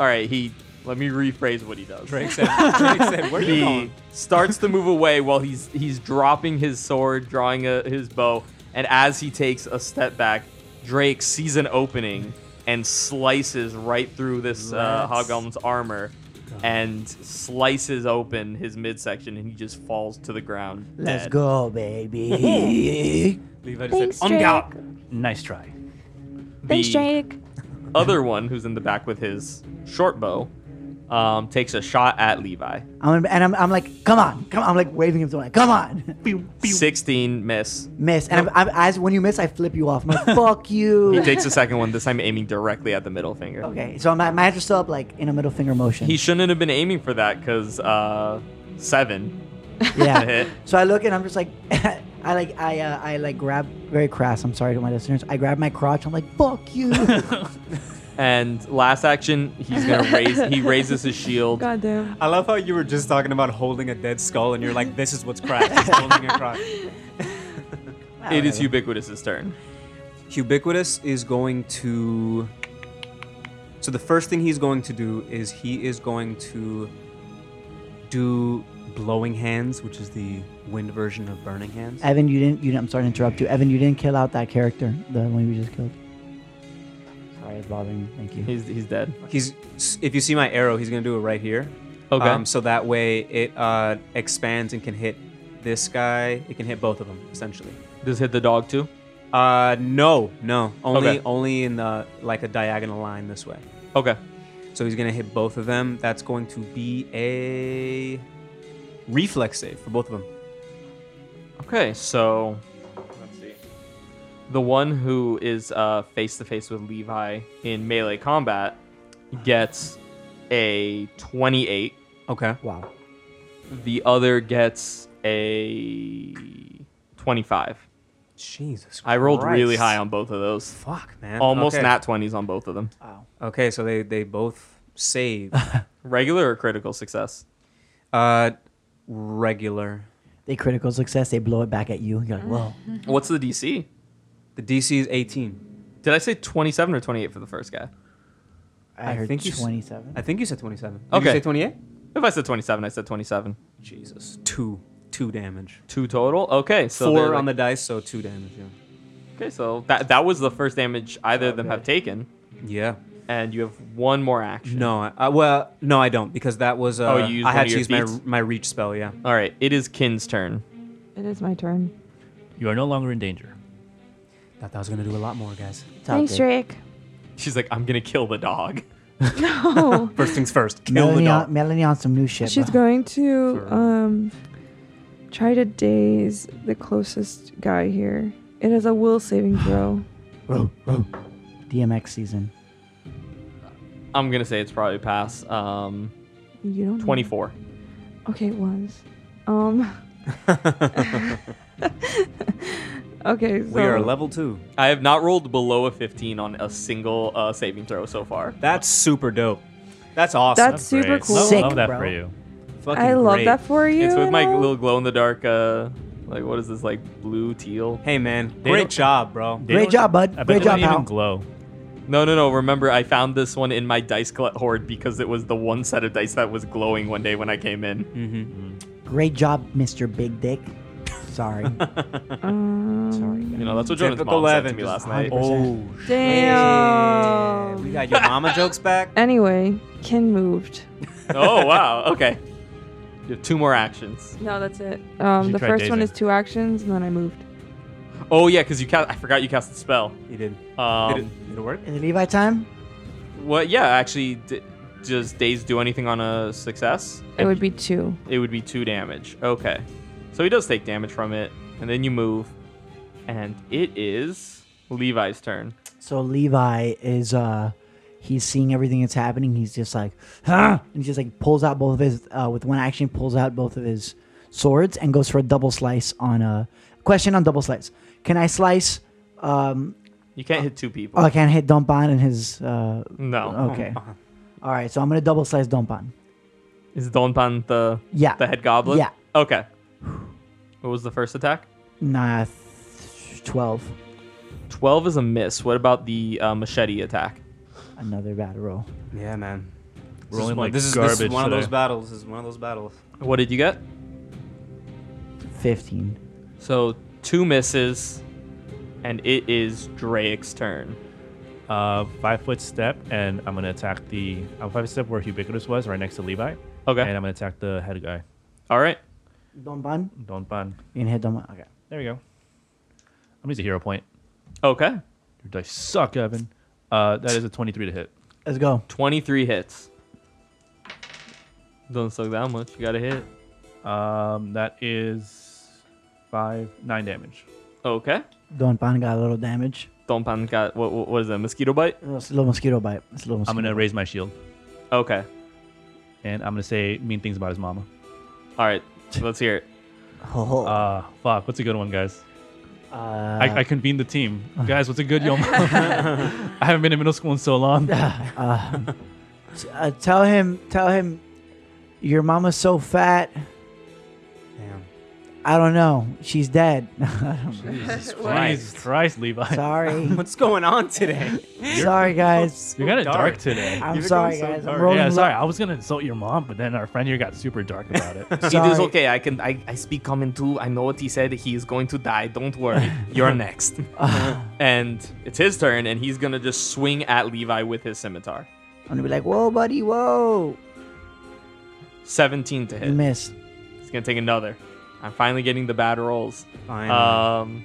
S4: All right, he. Let me rephrase what he does.
S2: Drake said, Drake said, where are you
S4: He
S2: going?
S4: starts to move away while he's he's dropping his sword, drawing a, his bow, and as he takes a step back, Drake sees an opening and slices right through this uh,
S2: Let's
S4: hobgoblin's armor, and slices open his midsection, and he just falls to the ground.
S3: Let's
S4: dead.
S3: go, baby.
S2: Levi
S1: Thanks,
S2: just said,
S1: Drake.
S7: Nice try.
S1: Thanks,
S4: The-
S1: Drake.
S4: Other one who's in the back with his short bow, um, takes a shot at Levi.
S3: I'm, and I'm, I'm like, come on, come on. I'm like waving him to like, come on.
S4: Sixteen miss.
S3: miss. And I'm, I'm, as when you miss, I flip you off. I'm like, fuck
S4: He
S3: you.
S4: takes the second one. This time aiming directly at the middle finger.
S3: Okay, so my, my hands are still up like in a middle finger motion.
S4: He shouldn't have been aiming for that because uh, seven.
S3: yeah. so I look and I'm just like, I like, I, uh, I like grab very crass. I'm sorry to my listeners. I grab my crotch. I'm like, fuck you.
S4: And last action, he's gonna raise. He raises his shield.
S1: Goddamn.
S2: I love how you were just talking about holding a dead skull, and you're like, "This is what's cracked." It's holding a crack.
S4: It is ubiquitous's turn.
S2: Ubiquitous is going to. So the first thing he's going to do is he is going to do blowing hands, which is the wind version of burning hands.
S3: Evan, you didn't, you didn't. I'm sorry to interrupt you. Evan, you didn't kill out that character, the one we just killed. Sorry, it's bothering me. Thank you.
S4: He's he's dead.
S2: He's if you see my arrow, he's gonna do it right here.
S4: Okay.
S2: Um, so that way it uh, expands and can hit this guy. It can hit both of them essentially.
S4: Does hit the dog too?
S2: Uh, no, no, only
S4: Okay.
S2: only in the like a diagonal line this way.
S4: Okay.
S2: So he's gonna hit both of them. That's going to be a reflex save for both of them.
S4: Okay. So let's see. The one who is uh, face to face with Levi in melee combat gets a twenty-eight.
S2: Okay.
S3: Wow.
S4: The other gets a twenty-five.
S2: Jesus.
S4: I rolled really
S2: Christ.
S4: high on both of those.
S2: Fuck, man.
S4: Almost
S2: okay.
S4: nat 20s on both of them.
S2: Okay, so they they both save.
S4: Regular or critical success?
S2: uh, regular.
S3: They critical success. They blow it back at you. You're like, whoa.
S4: What's the DC?
S2: The DC is 18.
S4: Did I say 27 or 28 for the first guy?
S3: I,
S2: I
S3: heard
S2: think you s-
S3: 27.
S2: I think you said 27. Did
S4: Okay.
S2: you say 28?
S4: If I said 27, I said 27.
S2: Jesus. Two. Two damage.
S4: Two total. Okay, so
S2: Four
S4: they're
S2: on the
S4: like-
S2: dice, so two damage. Yeah.
S4: Okay, so that that was the first damage either of them have taken,
S2: yeah.
S4: and you have one more action.
S2: No, I, I, well, no, I don't because that was. Uh,
S4: Oh, you used
S2: I
S4: one
S2: had
S4: of
S2: to
S4: your
S2: use my
S4: feats?
S2: my reach spell. Yeah.
S4: All right, it is Kin's turn.
S1: It is my turn.
S7: You are no longer in danger.
S2: Thought that was gonna do a lot more, guys.
S3: Top
S1: Thanks,
S3: it.
S1: Drake.
S4: She's like, I'm gonna kill the dog.
S1: No.
S2: First things first. Kill the
S3: Melanie
S2: dog.
S3: on, Melanie on some new shit.
S1: She's
S3: bro.
S1: going to
S2: For-
S1: um try to daze the closest guy here. It is a will saving throw.
S3: DMX season.
S4: I'm gonna say it's probably pass. Um,
S1: You don't know.
S4: 24.
S1: Okay, it was. Um Okay, so
S2: We are level two.
S4: I have not rolled below a 15 on a single uh, saving throw so far.
S2: That's super dope. That's awesome.
S1: that's super
S7: Great.
S1: cool.
S7: Love,
S3: Sick,
S7: love that
S3: bro.
S7: for you.
S2: Fucking
S1: I love
S2: great.
S1: that for you.
S4: It's with
S1: and
S4: my
S1: all.
S4: little glow in the dark, uh, like what is this, like blue teal?
S2: Hey man,
S7: They
S2: great
S7: don't-
S2: job, bro.
S7: They
S3: Great
S7: don't-
S3: job, bud.
S7: I bet
S3: Great
S7: they
S3: job,
S7: don't even
S3: pal.
S7: glow.
S4: No, no, no. Remember, I found this one in my dice collect hoard because it was the one set of dice that was glowing one day when I came in.
S2: Mm-hmm.
S3: Great job, Mr. Big Dick. Sorry. Sorry.
S1: Um,
S4: You know, that's what Jordan's
S2: Typical
S4: mom said to
S2: Evan.
S4: me
S2: just-
S4: last night.
S3: Oh,
S1: Damn.
S2: shit. We got your mama jokes back.
S1: Anyway, Kin moved.
S4: oh, wow. Okay. You have two more actions.
S1: No, that's it. Um,
S7: She
S1: the
S7: tried
S1: first one is
S7: dazing.
S1: two actions, and then I moved.
S4: Oh yeah, because you cast. I forgot you cast the spell.
S2: He did. Did
S4: Um,
S2: it, did it work?
S3: Is it Levi time?
S4: what? Yeah, actually, d- does daze do anything on a success?
S1: It would be two.
S4: it would be two damage. Okay. So he does take damage from it, and then you move, and it is Levi's turn.
S3: So Levi is uh he's seeing everything that's happening. He's just like huh? and he just like pulls out both of his uh with one action pulls out both of his swords and goes for a double slice on a question on double slice. Can I slice um
S4: You can't hit two people.
S3: oh I can't hit Dompan and his uh
S4: No.
S3: okay. All right, so I'm going to double slice Dompan.
S4: Is Donpan the
S3: Yeah.
S4: the head goblin?
S3: Yeah.
S4: Okay. What was the first attack?
S3: Nah, th- 12.
S4: 12 is a miss. What about the uh, machete attack?
S3: Another battle roll.
S2: Yeah, man.
S7: We're only
S2: is one-
S7: like
S2: this is,
S7: garbage
S2: this is one of
S7: today.
S2: those battles. This is one of those battles.
S4: What did you get?
S3: 15.
S4: So two misses, and it is Drake's turn.
S7: Uh, five foot step, and I'm gonna attack the. I'm five step where Ubiquitous was, right next to Levi,
S4: Okay.
S7: and I'm gonna attack the head guy,
S4: All right.
S3: Don Ban?
S7: Don Pan.
S3: You can hit Don Ban. Okay.
S7: There we go. I'm gonna use a hero point.
S4: Okay.
S7: Your dice suck, Evan. Uh, that is a 23 to hit.
S3: Let's go.
S4: 23 hits. Don't suck that much. You got to hit.
S7: Um, that is five, nine damage.
S4: Okay.
S3: Don Pan got a little damage.
S4: Dompan got, what, what what is that, mosquito bite?
S3: Oh, It's a little mosquito bite. It's a little
S7: I'm
S3: mosquito
S7: gonna raise my shield,
S4: Okay.
S7: and I'm gonna say mean things about his mama.
S4: All right. Let's hear it.
S3: Oh, uh,
S7: Uh, fuck. What's a good one, guys? I, I
S3: I,
S7: convened the team. Guys, what's a good yo mama? I haven't been in middle school in so long.
S3: uh, tell him, tell him, your mama's so fat.
S2: Damn.
S3: I don't know. She's dead. I don't know.
S2: Jesus
S7: Jesus Christ, Levi.
S3: Sorry.
S2: What's going on today?
S3: sorry, guys.
S7: You're kind of dark.
S2: dark.
S7: today.
S3: I'm
S2: You're going
S3: sorry,
S2: so
S3: guys. I'm
S2: dark.
S3: rolling
S7: yeah,
S3: low.
S7: sorry. I was gonna insult your mom, but then our friend here got super dark about it.
S6: It is
S3: Sorry.
S6: okay. I can. I, I speak common too. I know what he said. He is going to die. Don't worry. You're next.
S4: And it's his turn, and he's going to just swing at Levi with his scimitar.
S3: I'm gonna be like, whoa, buddy, whoa.
S4: 17 to hit.
S3: Miss.
S4: He's going to take another. I'm finally getting the bad rolls.
S2: Fine.
S4: Um,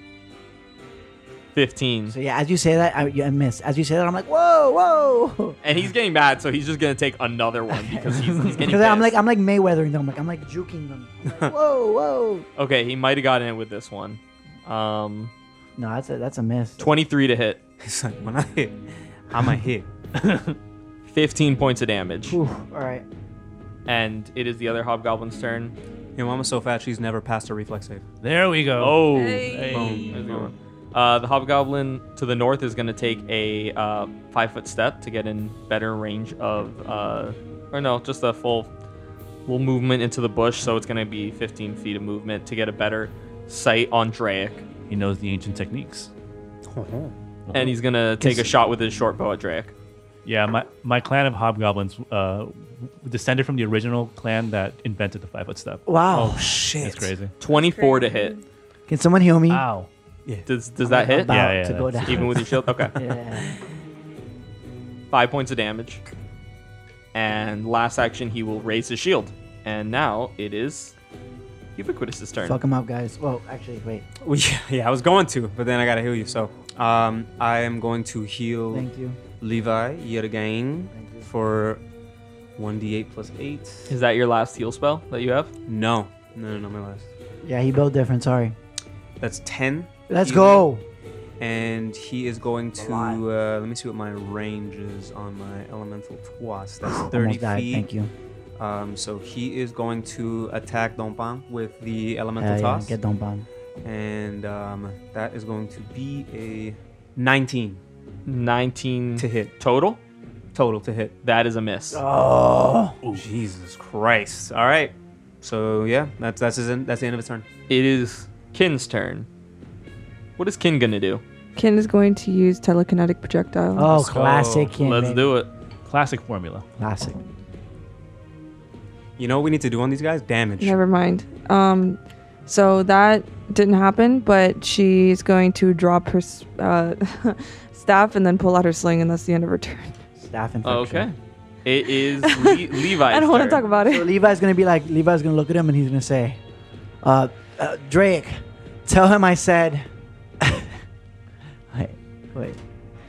S4: 15.
S3: So yeah, as you say that, I, yeah, I miss. As you say that, I'm like, whoa, whoa.
S4: And he's getting mad, so he's just going to take another one because he's, he's getting
S3: Because I'm like,
S4: pissed.
S3: I'm like Mayweathering them. I'm like, I'm like juking them. whoa, whoa.
S4: Okay, he might have gotten it with this one. Um,
S3: No, that's a that's a miss.
S4: 23 to hit.
S2: it's like when I hit, I'm a hit.
S4: 15 points of damage.
S3: Oof, all right.
S4: And it is the other hobgoblin's turn.
S2: Your mama's so fat she's never passed a reflex save.
S7: there we go.
S4: Oh.
S1: Hey.
S2: Boom.
S4: There's a good one. Uh, the hobgoblin to the north is going to take a uh, five foot step to get in better range of, uh, or no, just a full, full movement into the bush. So it's going to be 15 feet of movement to get a better sight on Draic.
S7: He knows the ancient techniques.
S4: And he's going to take a shot with his short bow at Draic.
S7: Yeah, my, my clan of hobgoblins uh, descended from the original clan that invented the five foot step.
S3: Wow.
S2: shit.
S7: That's crazy.
S4: 24 to hit.
S3: Can someone heal me?
S7: Ow.
S4: Does, does that hit?
S3: About
S7: Yeah, yeah,
S3: to go
S7: that's-
S3: down.
S4: Even with your shield? Okay.
S3: yeah.
S4: five points of damage. And last action, he will raise his shield. And now it is Ubiquitous' turn.
S3: Fuck him up, guys. Well, actually, wait.
S2: Well, yeah, yeah, I was going to, but then I gotta heal you. So um, I am going to heal
S3: Thank you.
S2: Levi yet again
S3: Thank you.
S2: for 1d8 plus 8.
S4: Is that your last heal spell that you have?
S2: No, no, no, no, my last.
S3: Yeah, he built different. Sorry.
S2: That's 10.
S3: Let's
S2: Healing.
S3: go.
S2: And he is going to.
S3: lot.
S2: Uh, let me see what my range is on my elemental twas. That's 30
S3: Almost died.
S2: feet.
S3: Thank you.
S2: Um, so he is going to attack Dompan with the elemental
S3: Uh, yeah,
S2: toss.
S3: get Domban.
S2: and um, that is going to be a 19
S4: 19
S2: to hit
S4: total.
S2: total to hit.
S4: That is a miss.
S3: Oh.
S2: Jesus Christ! All right, so yeah, that's that's his end, that's the end of his turn.
S4: It is Kin's turn. What is Kin gonna do?
S1: Ken is going to use telekinetic projectile.
S3: Oh,
S2: Let's go.
S3: classic. Ken,
S4: Let's
S3: man.
S4: do it.
S7: Classic formula.
S3: Classic.
S2: You know what we need to do on these guys? Damage.
S1: Never mind. Um, so that didn't happen, but she's going to drop her s- uh, staff and then pull out her sling, and that's the end of her turn.
S3: Staff infection.
S4: Okay. It is Le- Levi's
S1: I don't want to
S4: turn.
S1: talk about
S3: So
S1: it.
S3: Levi's gonna be like, Levi's gonna look at him and he's gonna say, uh, uh, Drake, tell him I said. wait, wait,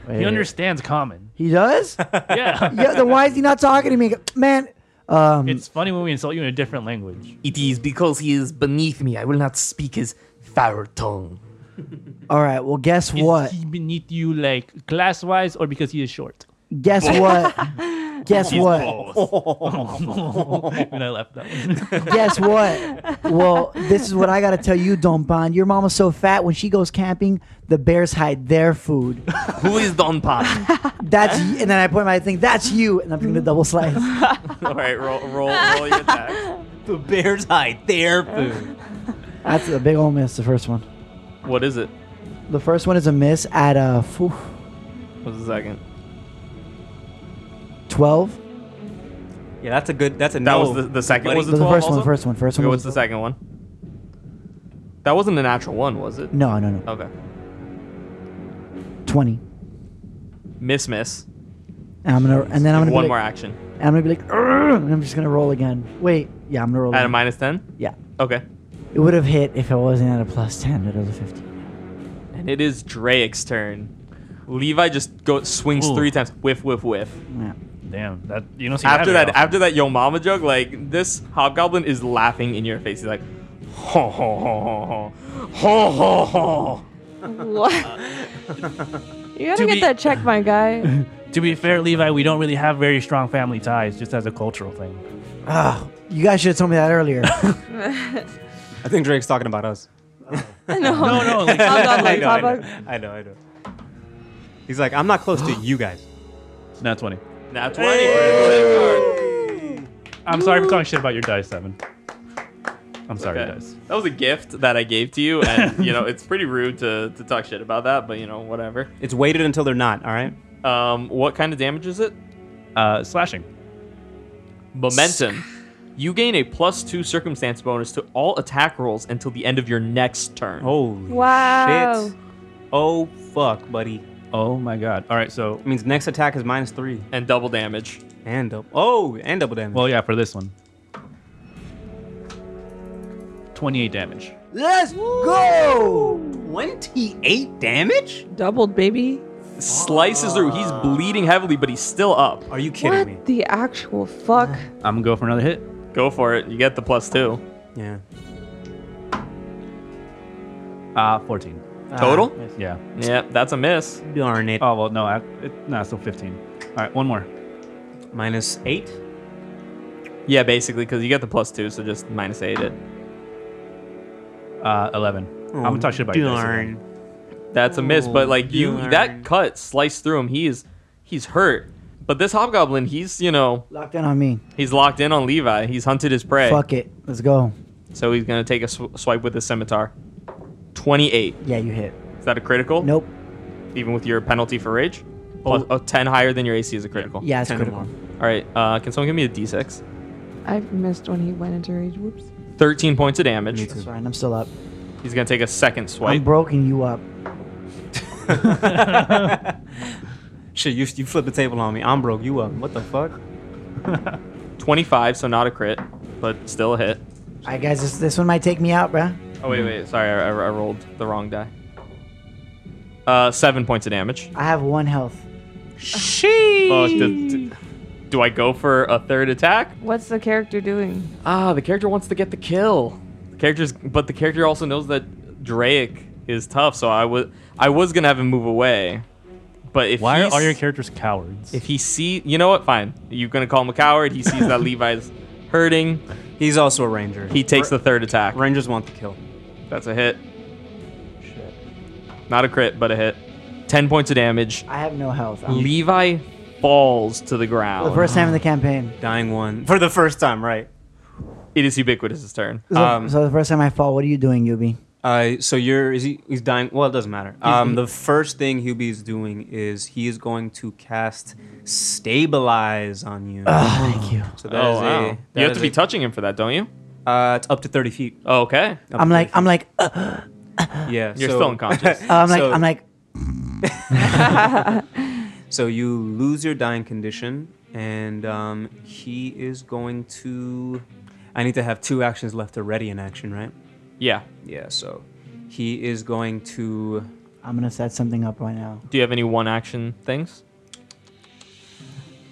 S3: wait.
S7: He understands common.
S3: He does?
S7: Yeah.
S3: yeah, then why is he not talking to me? Man, um,
S7: it's funny when we insult you in a different language.
S6: It is because he is beneath me. I will not speak his foul tongue.
S3: all right, well, guess what?
S7: Is he beneath you, like class wise, or because he is short?
S3: Guess what? Guess what?
S7: when I left that one.
S3: Guess what? Well, this is what I gotta tell you, Dompan. Your mama's so fat when she goes camping, the bears hide their food.
S6: Who is Don Pan?
S3: That's y- and then I point my thing. That's you, and I'm doing the double slice.
S4: All right, roll, roll, roll your attack.
S2: The bears hide their food.
S3: That's a big old miss. The first one.
S4: What is it?
S3: The first one is a miss at uh, phew,
S4: What's the second?
S3: twelve.
S2: Yeah, that's a good. That's a
S4: That
S2: no.
S4: was the, the second.
S2: buddy.
S4: Was
S3: The,
S4: the, 12
S3: first
S4: also?
S3: one. First one. First
S4: Okay,
S3: one.
S4: what's
S3: was-
S4: the second one? That wasn't a natural one, was it?
S3: No, no, no.
S4: Okay.
S3: Twenty.
S4: Miss, miss.
S3: And I'm gonna, and then I'm gonna
S4: Give one
S3: be
S4: more
S3: like,
S4: action.
S3: and I'm gonna be like, "Urgh," and I'm just gonna roll again. Wait, yeah, I'm gonna roll.
S4: At a
S3: again.
S4: minus ten.
S3: Yeah,
S4: Okay.
S3: it would have hit if it wasn't at a plus ten. It was a fifteen.
S4: And it is Drake's turn. Levi just go swings
S7: Ooh.
S4: three times. Whiff, whiff, whiff.
S3: Yeah.
S7: Damn, that you don't see
S4: after
S7: very
S4: that,
S7: often.
S4: after that, yo mama joke, like this hobgoblin is laughing in your face. He's like, ho ho ho ho ho ho ho ho.
S1: What? you gotta
S7: To
S1: get
S7: be-
S1: that check, my guy.
S7: To be fair, Levi, we don't really have very strong family ties, just as a cultural thing.
S3: Oh, you guys should have told me that earlier.
S2: I think Drake's talking about us.
S1: no, no,
S7: no,
S1: Like, Hobgoblin,
S2: I know, I know,
S1: Hobgoblin.
S2: I know, I know. He's like, I'm not close to you guys.
S7: Not twenty.
S4: That's one. Hey!
S7: I'm sorry for talking shit about your dice, Seven. I'm sorry,
S4: Okay.
S7: dice.
S4: That was a gift that I gave to you, and you know it's pretty rude to, to talk shit about that, but you know whatever.
S2: It's waited until they're not. All right.
S4: Um, what kind of damage is it?
S7: Uh, slashing.
S4: Momentum. You gain a plus two circumstance bonus to all attack rolls until the end of your next turn.
S2: Holy
S1: Wow.
S2: shit! Oh fuck, buddy.
S7: Oh my god. All right, so
S2: It means next attack is minus three
S4: And double damage.
S2: and double. Oh, and double damage.
S7: well, yeah, for this one, twenty-eight damage.
S3: Let's go.
S2: 28 damage?
S1: Doubled, baby.
S4: Slices through. He's bleeding heavily, but he's still up.
S2: Are you kidding
S1: What
S2: me?
S1: the actual fuck?
S7: I'm gonna go for another hit.
S4: Go for it. You get the plus two.
S2: Yeah.
S7: Uh, fourteen.
S4: Total?
S7: Yeah.
S4: Yeah, that's a miss.
S2: Darn it.
S7: Oh well, no, I, it, no, still fifteen. All right, one more.
S2: Minus eight.
S4: Yeah, basically, because you get the plus two, so just minus eight it.
S7: Uh, eleven. I'm gonna talk shit about your dice. again.
S2: Darn.
S4: That's a miss, but like you,
S2: Bjorn.
S4: that cut sliced through him. He is, he's hurt. But this hobgoblin, he's you know,
S3: Locked in on me.
S4: he's locked in on Levi. He's hunted his prey,
S3: Fuck it. Let's go.
S4: so he's gonna take a sw- swipe with his scimitar. Twenty-eight.
S3: Yeah, you hit.
S4: Is that a critical?
S3: Nope.
S4: Even with your penalty for rage, Plus- oh, 10 higher than your AC is a critical.
S3: Yeah, it's
S2: Ten or
S3: critical.
S2: more.
S4: All right. Uh, can someone give me a d6?
S1: I missed when he went into rage. Whoops.
S4: Thirteen points of damage.
S3: That's fine. I'm still up.
S4: He's gonna take a second swipe.
S3: I'm broken you up.
S2: Shit, you, you flipped the table on me. I'm broke. You up. What the fuck?
S4: 25, so not a crit, but still a hit.
S3: All right, guys, this, this one might take me out, bruh.
S4: Oh, wait, wait. Sorry, I, I I rolled the wrong die. Uh, seven points of damage.
S3: I have one health.
S4: Fuck, do, do- Oh, do I go for a third attack?
S1: What's the character doing?
S4: Ah, the character wants to get the kill. The character's, but the character also knows that Drake is tough, so I was, I was gonna have him move away. But if
S7: Why are
S4: he's-
S7: all your characters cowards?
S4: if he see, you know what? Fine, you're gonna call him a coward. He sees that Levi's hurting.
S2: He's also a ranger.
S4: He takes the third attack.
S2: Rangers want the kill.
S4: That's a hit. Not a crit, but a hit. 10 points of damage.
S3: I have no health. I'm-
S4: Levi falls to the
S3: For the
S4: ground.
S3: first time in the campaign.
S2: Dying one for the first time, right?
S4: It is ubiquitous' turn.
S3: So,
S2: Um,
S3: so the first time I fall, what are you doing, Yubi?
S2: Uh, so you're is he, he's dying. Well, it doesn't matter. Um, the first thing Hubie is doing is he is going to cast stabilize on you.
S3: Thank you.
S2: So that
S4: Oh,
S2: is
S4: wow.
S2: a, that
S4: you have
S2: is
S4: to be
S2: a-
S4: touching him for that, don't you? Oh,
S2: Uh, it's up to thirty feet.
S4: Okay.
S2: Up
S3: I'm
S2: to
S3: like,
S2: 30
S3: I'm like, uh,
S2: feet. yeah.
S4: You're
S2: so-
S4: still unconscious.
S3: I'm like,
S2: So-
S3: I'm like,
S2: So you lose your dying condition, and um, he is going to. I need to have two actions left already in action, right?
S4: yeah.
S2: Yeah. So he is going to.
S3: I'm gonna set something up right now.
S4: Do you have any one action things?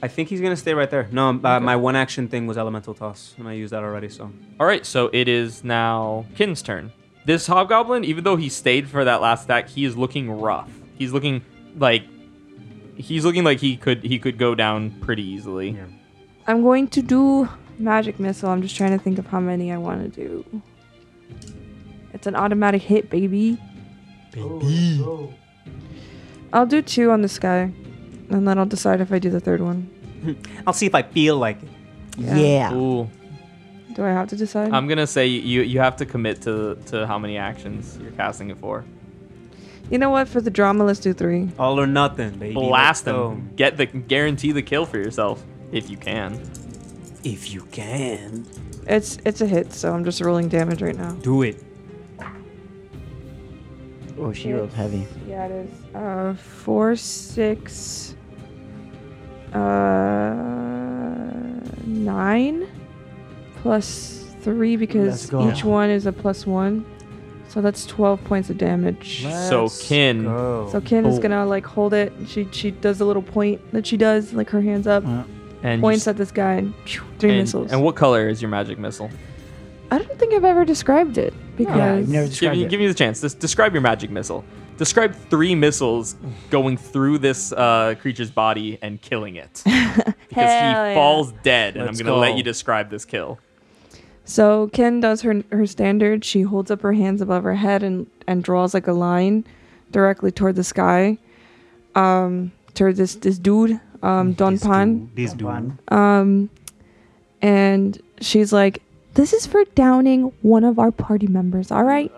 S2: I think he's gonna stay right there. No, uh, my one action thing was elemental toss, and I used that already. So
S4: All right, so it is now Kin's turn. This hobgoblin, even though he stayed for that last attack, he is looking rough. He's looking like he's looking like he could he could go down pretty easily.
S2: Yeah.
S1: I'm going to do magic missile. I'm just trying to think of how many I want to do. It's an automatic hit, baby. I'll do two on this guy, and then I'll decide if I do the third one.
S2: I'll see if I feel like it.
S1: Yeah.
S3: Yeah.
S4: Ooh.
S1: Do I have to decide?
S4: I'm gonna say you you have to commit to to how many actions you're casting it for.
S1: you know what? For the drama, let's do three.
S2: All or nothing, baby.
S4: Blast
S2: Let's go.
S4: them. Get the guarantee the kill for yourself if you can.
S9: If you can.
S1: It's it's a hit, so I'm just rolling damage right now.
S2: Do it.
S3: Oh, she rolled heavy.
S1: Yeah, it is. Uh, four, six, uh, nine, plus three
S3: Let's
S1: because
S3: go.
S1: each one is a plus one. So that's twelve points of damage.
S4: so
S2: Let's
S4: kin.
S2: go.
S1: So Ken is
S4: Oh.
S1: gonna like hold it. and She she does a little point that she does, like her hands up,
S3: Uh,
S4: And you
S1: points
S4: s-
S1: at this guy, and phew, three
S4: and-
S1: missiles.
S4: And what color is your magic missile?
S1: I don't think I've ever described it because
S3: yeah, you've never
S4: Give
S3: described
S4: me,
S3: it.
S4: give me the chance. Des- describe your magic missile. Describe three missiles going through this uh, creature's body and killing it. Because
S1: Hell
S4: he
S1: yeah.
S4: falls dead, and I'm
S2: Let's
S4: going to let
S2: go.
S4: you describe this kill.
S1: So Ken does her her standard. She holds up her hands above her head and and draws like a line directly toward the sky, um, toward this this dude, um, Don
S2: Mm, This
S1: Pan,
S2: dude- This dude.
S1: um, and she's like, "This is for downing one of our party members, all right?"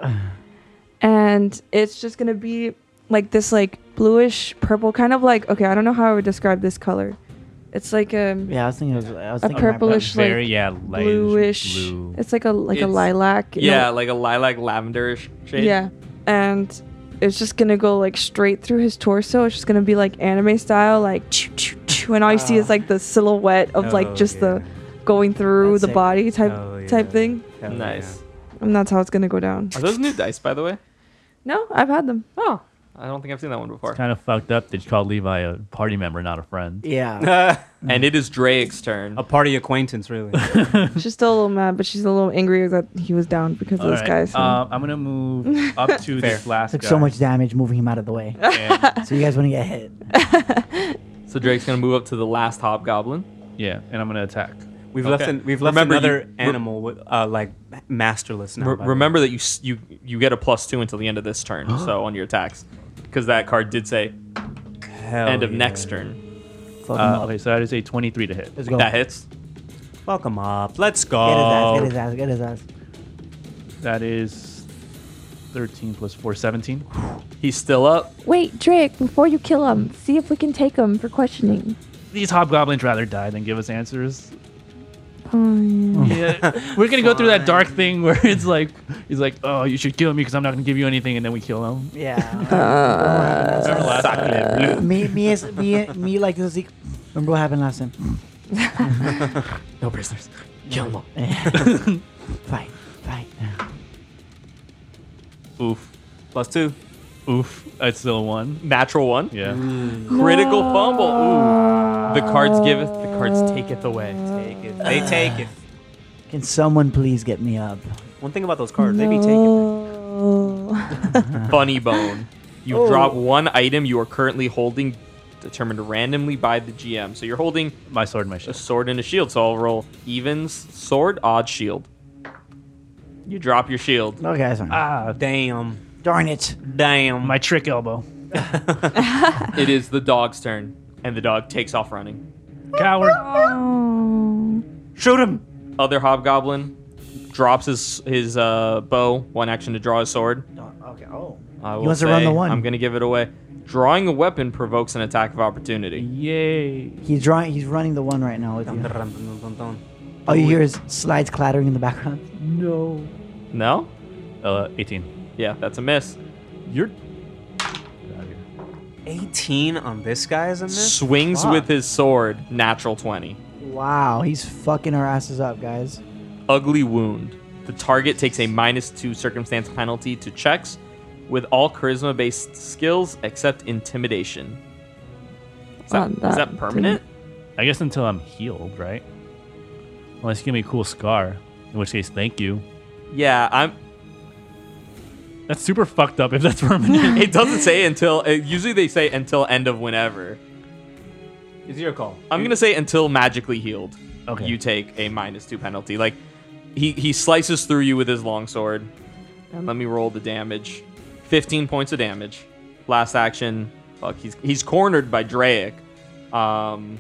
S1: and it's just gonna be like this, like bluish purple, kind of like okay, I don't know how I would describe this color. It's like um,
S3: Yeah, I was thinking it was. I was
S1: a
S3: thinking about-
S1: purplish, like
S7: very yeah, light
S1: bluish.
S7: blue.
S1: It's like a like a
S4: It's-
S1: lilac. you know?
S4: Yeah, like a lilac lavenderish shade.
S1: Yeah, and it's just gonna go like straight through his torso. It's just gonna be like anime style, like choo, choo, choo, and all you see is like the silhouette of
S2: Oh,
S1: like just the
S2: yeah.
S1: going through
S3: That's
S1: the
S3: sick.
S1: body type
S2: Oh, yeah.
S1: type thing.
S2: Hell
S4: Nice.
S1: And that's how it's gonna go down.
S4: Are those new dice, by the way?
S1: No, I've had them.
S4: Oh, I don't think I've seen that one before.
S7: kind of fucked up that you called Levi a party member, not a friend.
S3: Yeah.
S2: yeah.
S4: And it is Drake's turn.
S2: a party acquaintance, really.
S1: She's still a little mad, but she's a little angry that he was down because of
S7: All
S1: this
S7: right,
S1: guy. So.
S7: um, I'm gonna move up to this last
S3: Took
S7: guy.
S3: so much damage moving him out of the way.
S7: And-
S3: so you guys want to get hit.
S4: So Drake's going to move up to the last hobgoblin.
S7: yeah, and I'm gonna attack.
S2: We've
S4: Okay.
S2: left an, we've left
S4: Remember, you-
S2: another
S4: re-
S2: animal with, uh, like masterless now. by
S4: Re-
S2: the way.
S4: remember that you s- you you get a plus two until the end of this turn. so on your attacks, because that card did say
S2: Hell
S4: end of
S2: Oh, yeah.
S4: next turn.
S3: Fuck him
S7: Uh,
S3: up.
S7: okay, so that is a 23 to hit.
S3: Let's go.
S4: That hits.
S2: Fuck 'em up. Let's
S3: Get his
S2: go.
S3: ass. Get his ass. Get his ass.
S7: That is 13 plus 4, 17.
S4: He's still up.
S8: Wait, Drake, before you kill him, see if we can take him for questioning.
S7: These hobgoblins rather die than give us answers.
S8: Oh, yeah.
S7: Yeah, we're gonna go through that dark thing where it's like, he's like, oh, you should kill me because I'm not gonna give you anything, and then we kill him.
S3: Yeah.
S7: Remember last time?
S3: me, me, is, me, me, like this. Like, remember what happened last time?
S6: No prisoners. Kill them all.
S3: Fight, fight.
S7: Oof,
S2: Plus two.
S7: oof, it's still a one.
S4: Natural one.
S7: Yeah.
S1: Mm.
S4: Critical fumble. Ooh. The cards giveth. The cards taketh away.
S2: Take it. Ah. They take it.
S3: Can someone please get me up?
S2: One thing about those cards, they be taking.
S4: Funny bone. You drop one item you are currently holding, determined randomly by the GM. So you're holding
S7: My sword, and my
S4: a
S7: shield.
S4: sword and a shield. So I'll roll evens, sword, odd, shield. You drop your shield.
S3: Okay, that's fine.
S7: Ah,
S2: Oh, Damn.
S3: Darn it.
S2: Damn.
S7: my trick elbow.
S4: It is the dog's turn, and the dog takes off running.
S7: Coward.
S1: Oh.
S2: Shoot him.
S4: Other hobgoblin drops his his uh, bow, one action to draw his sword.
S3: Okay. Oh.
S4: I will
S3: wants
S4: say,
S3: to run the one.
S4: I'm gonna give it away. Drawing a weapon provokes an attack of opportunity.
S7: Yay.
S3: He's drawing. He's running the one right now with you.
S2: Dun-dun-dun-dun-dun.
S3: All you hear is slides clattering in the background.
S7: No.
S4: No?
S7: Uh, 18.
S4: Yeah, that's a miss.
S7: You're.
S2: 18 on this guy is a miss?
S4: Swings
S2: Fuck.
S4: with his sword, natural 20.
S3: Wow, he's fucking our asses up, guys.
S4: Ugly wound. The target takes a minus two circumstance penalty to checks with all charisma based skills except intimidation. Is
S1: Oh,
S4: that, is
S1: that
S4: that permanent?
S7: I guess until I'm healed, right? Unless you give me a cool scar, in which case, thank you.
S4: Yeah, I'm.
S7: That's super fucked up if that's permanent.
S4: It doesn't say until. uh, usually they say until end of whenever.
S2: It's your call.
S4: I'm gonna say until magically healed.
S7: Okay.
S4: You take a minus two penalty. Like he he slices through you with his longsword. And let me roll the damage. Fifteen points of damage. Last action. Fuck. He's he's cornered by Draic. Um,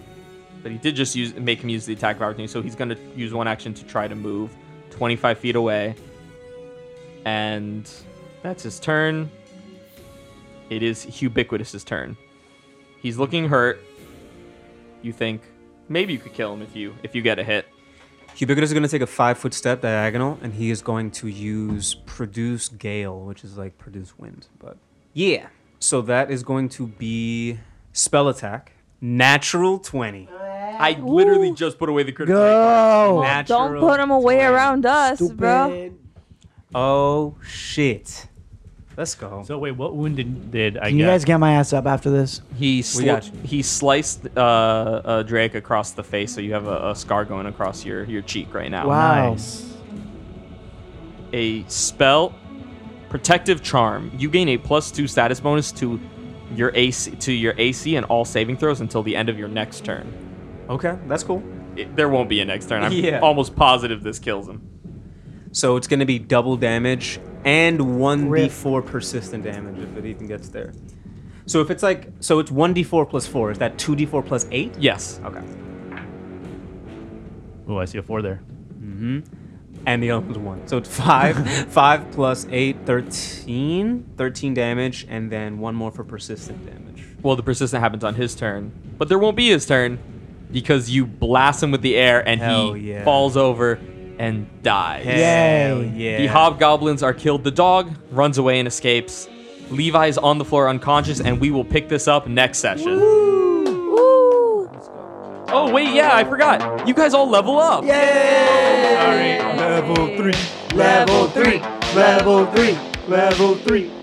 S4: but he did just use make him use the attack of opportunity. So he's gonna use one action to try to move. 25 feet away. And that's his turn. It is Ubiquitous's turn. He's looking hurt. You think maybe you could kill him if you if you get a hit.
S2: Ubiquitous is going to take a five foot step diagonal, and he is going to use produce gale, which is like produce wind. But yeah, so that is going to be spell attack, natural twenty.
S4: I literally just put away the critical. hit card.
S3: Go.
S2: Natural
S1: Don't put him away
S2: 20.
S1: around us, bro.
S3: Stupid.
S2: Oh shit! Let's go.
S5: So wait, what wound did, did I
S3: Can you
S5: get?
S3: guys get my ass up after this?
S4: He sli-
S2: got you.
S4: he sliced uh, uh, Drake across the face, so you have a, a scar going across your your cheek right now.
S3: Wow.
S4: a spell protective charm you gain a plus two status bonus to your ac to your ac and all saving throws until the end of your next turn
S2: Okay, that's cool.
S4: It- there won't be a next turn i'm
S2: Yeah.
S4: almost positive this kills him
S2: So it's going to be double damage and 1d4 persistent damage if it even gets there. So if it's like, so it's 1d4 plus 4. Is that 2d4 plus 8?
S4: yes
S2: Okay.
S5: Oh, I see a four there.
S2: And the other one's 1. So it's 5. 5 plus 8, 13. 13 damage, and then one more for persistent damage.
S4: well the persistent happens on his turn but there won't be his turn because you blast him with the air and
S2: Hell
S4: he
S2: yeah.
S4: falls over and dies
S2: Hell yeah.
S4: The hobgoblins are killed. The dog runs away and escapes. Levi's on the floor unconscious, and we will pick this up next session. Oh, wait, yeah, I forgot. You guys all level up.
S3: Yay!
S5: All right.
S3: Level three. Level three. Level three. Level three.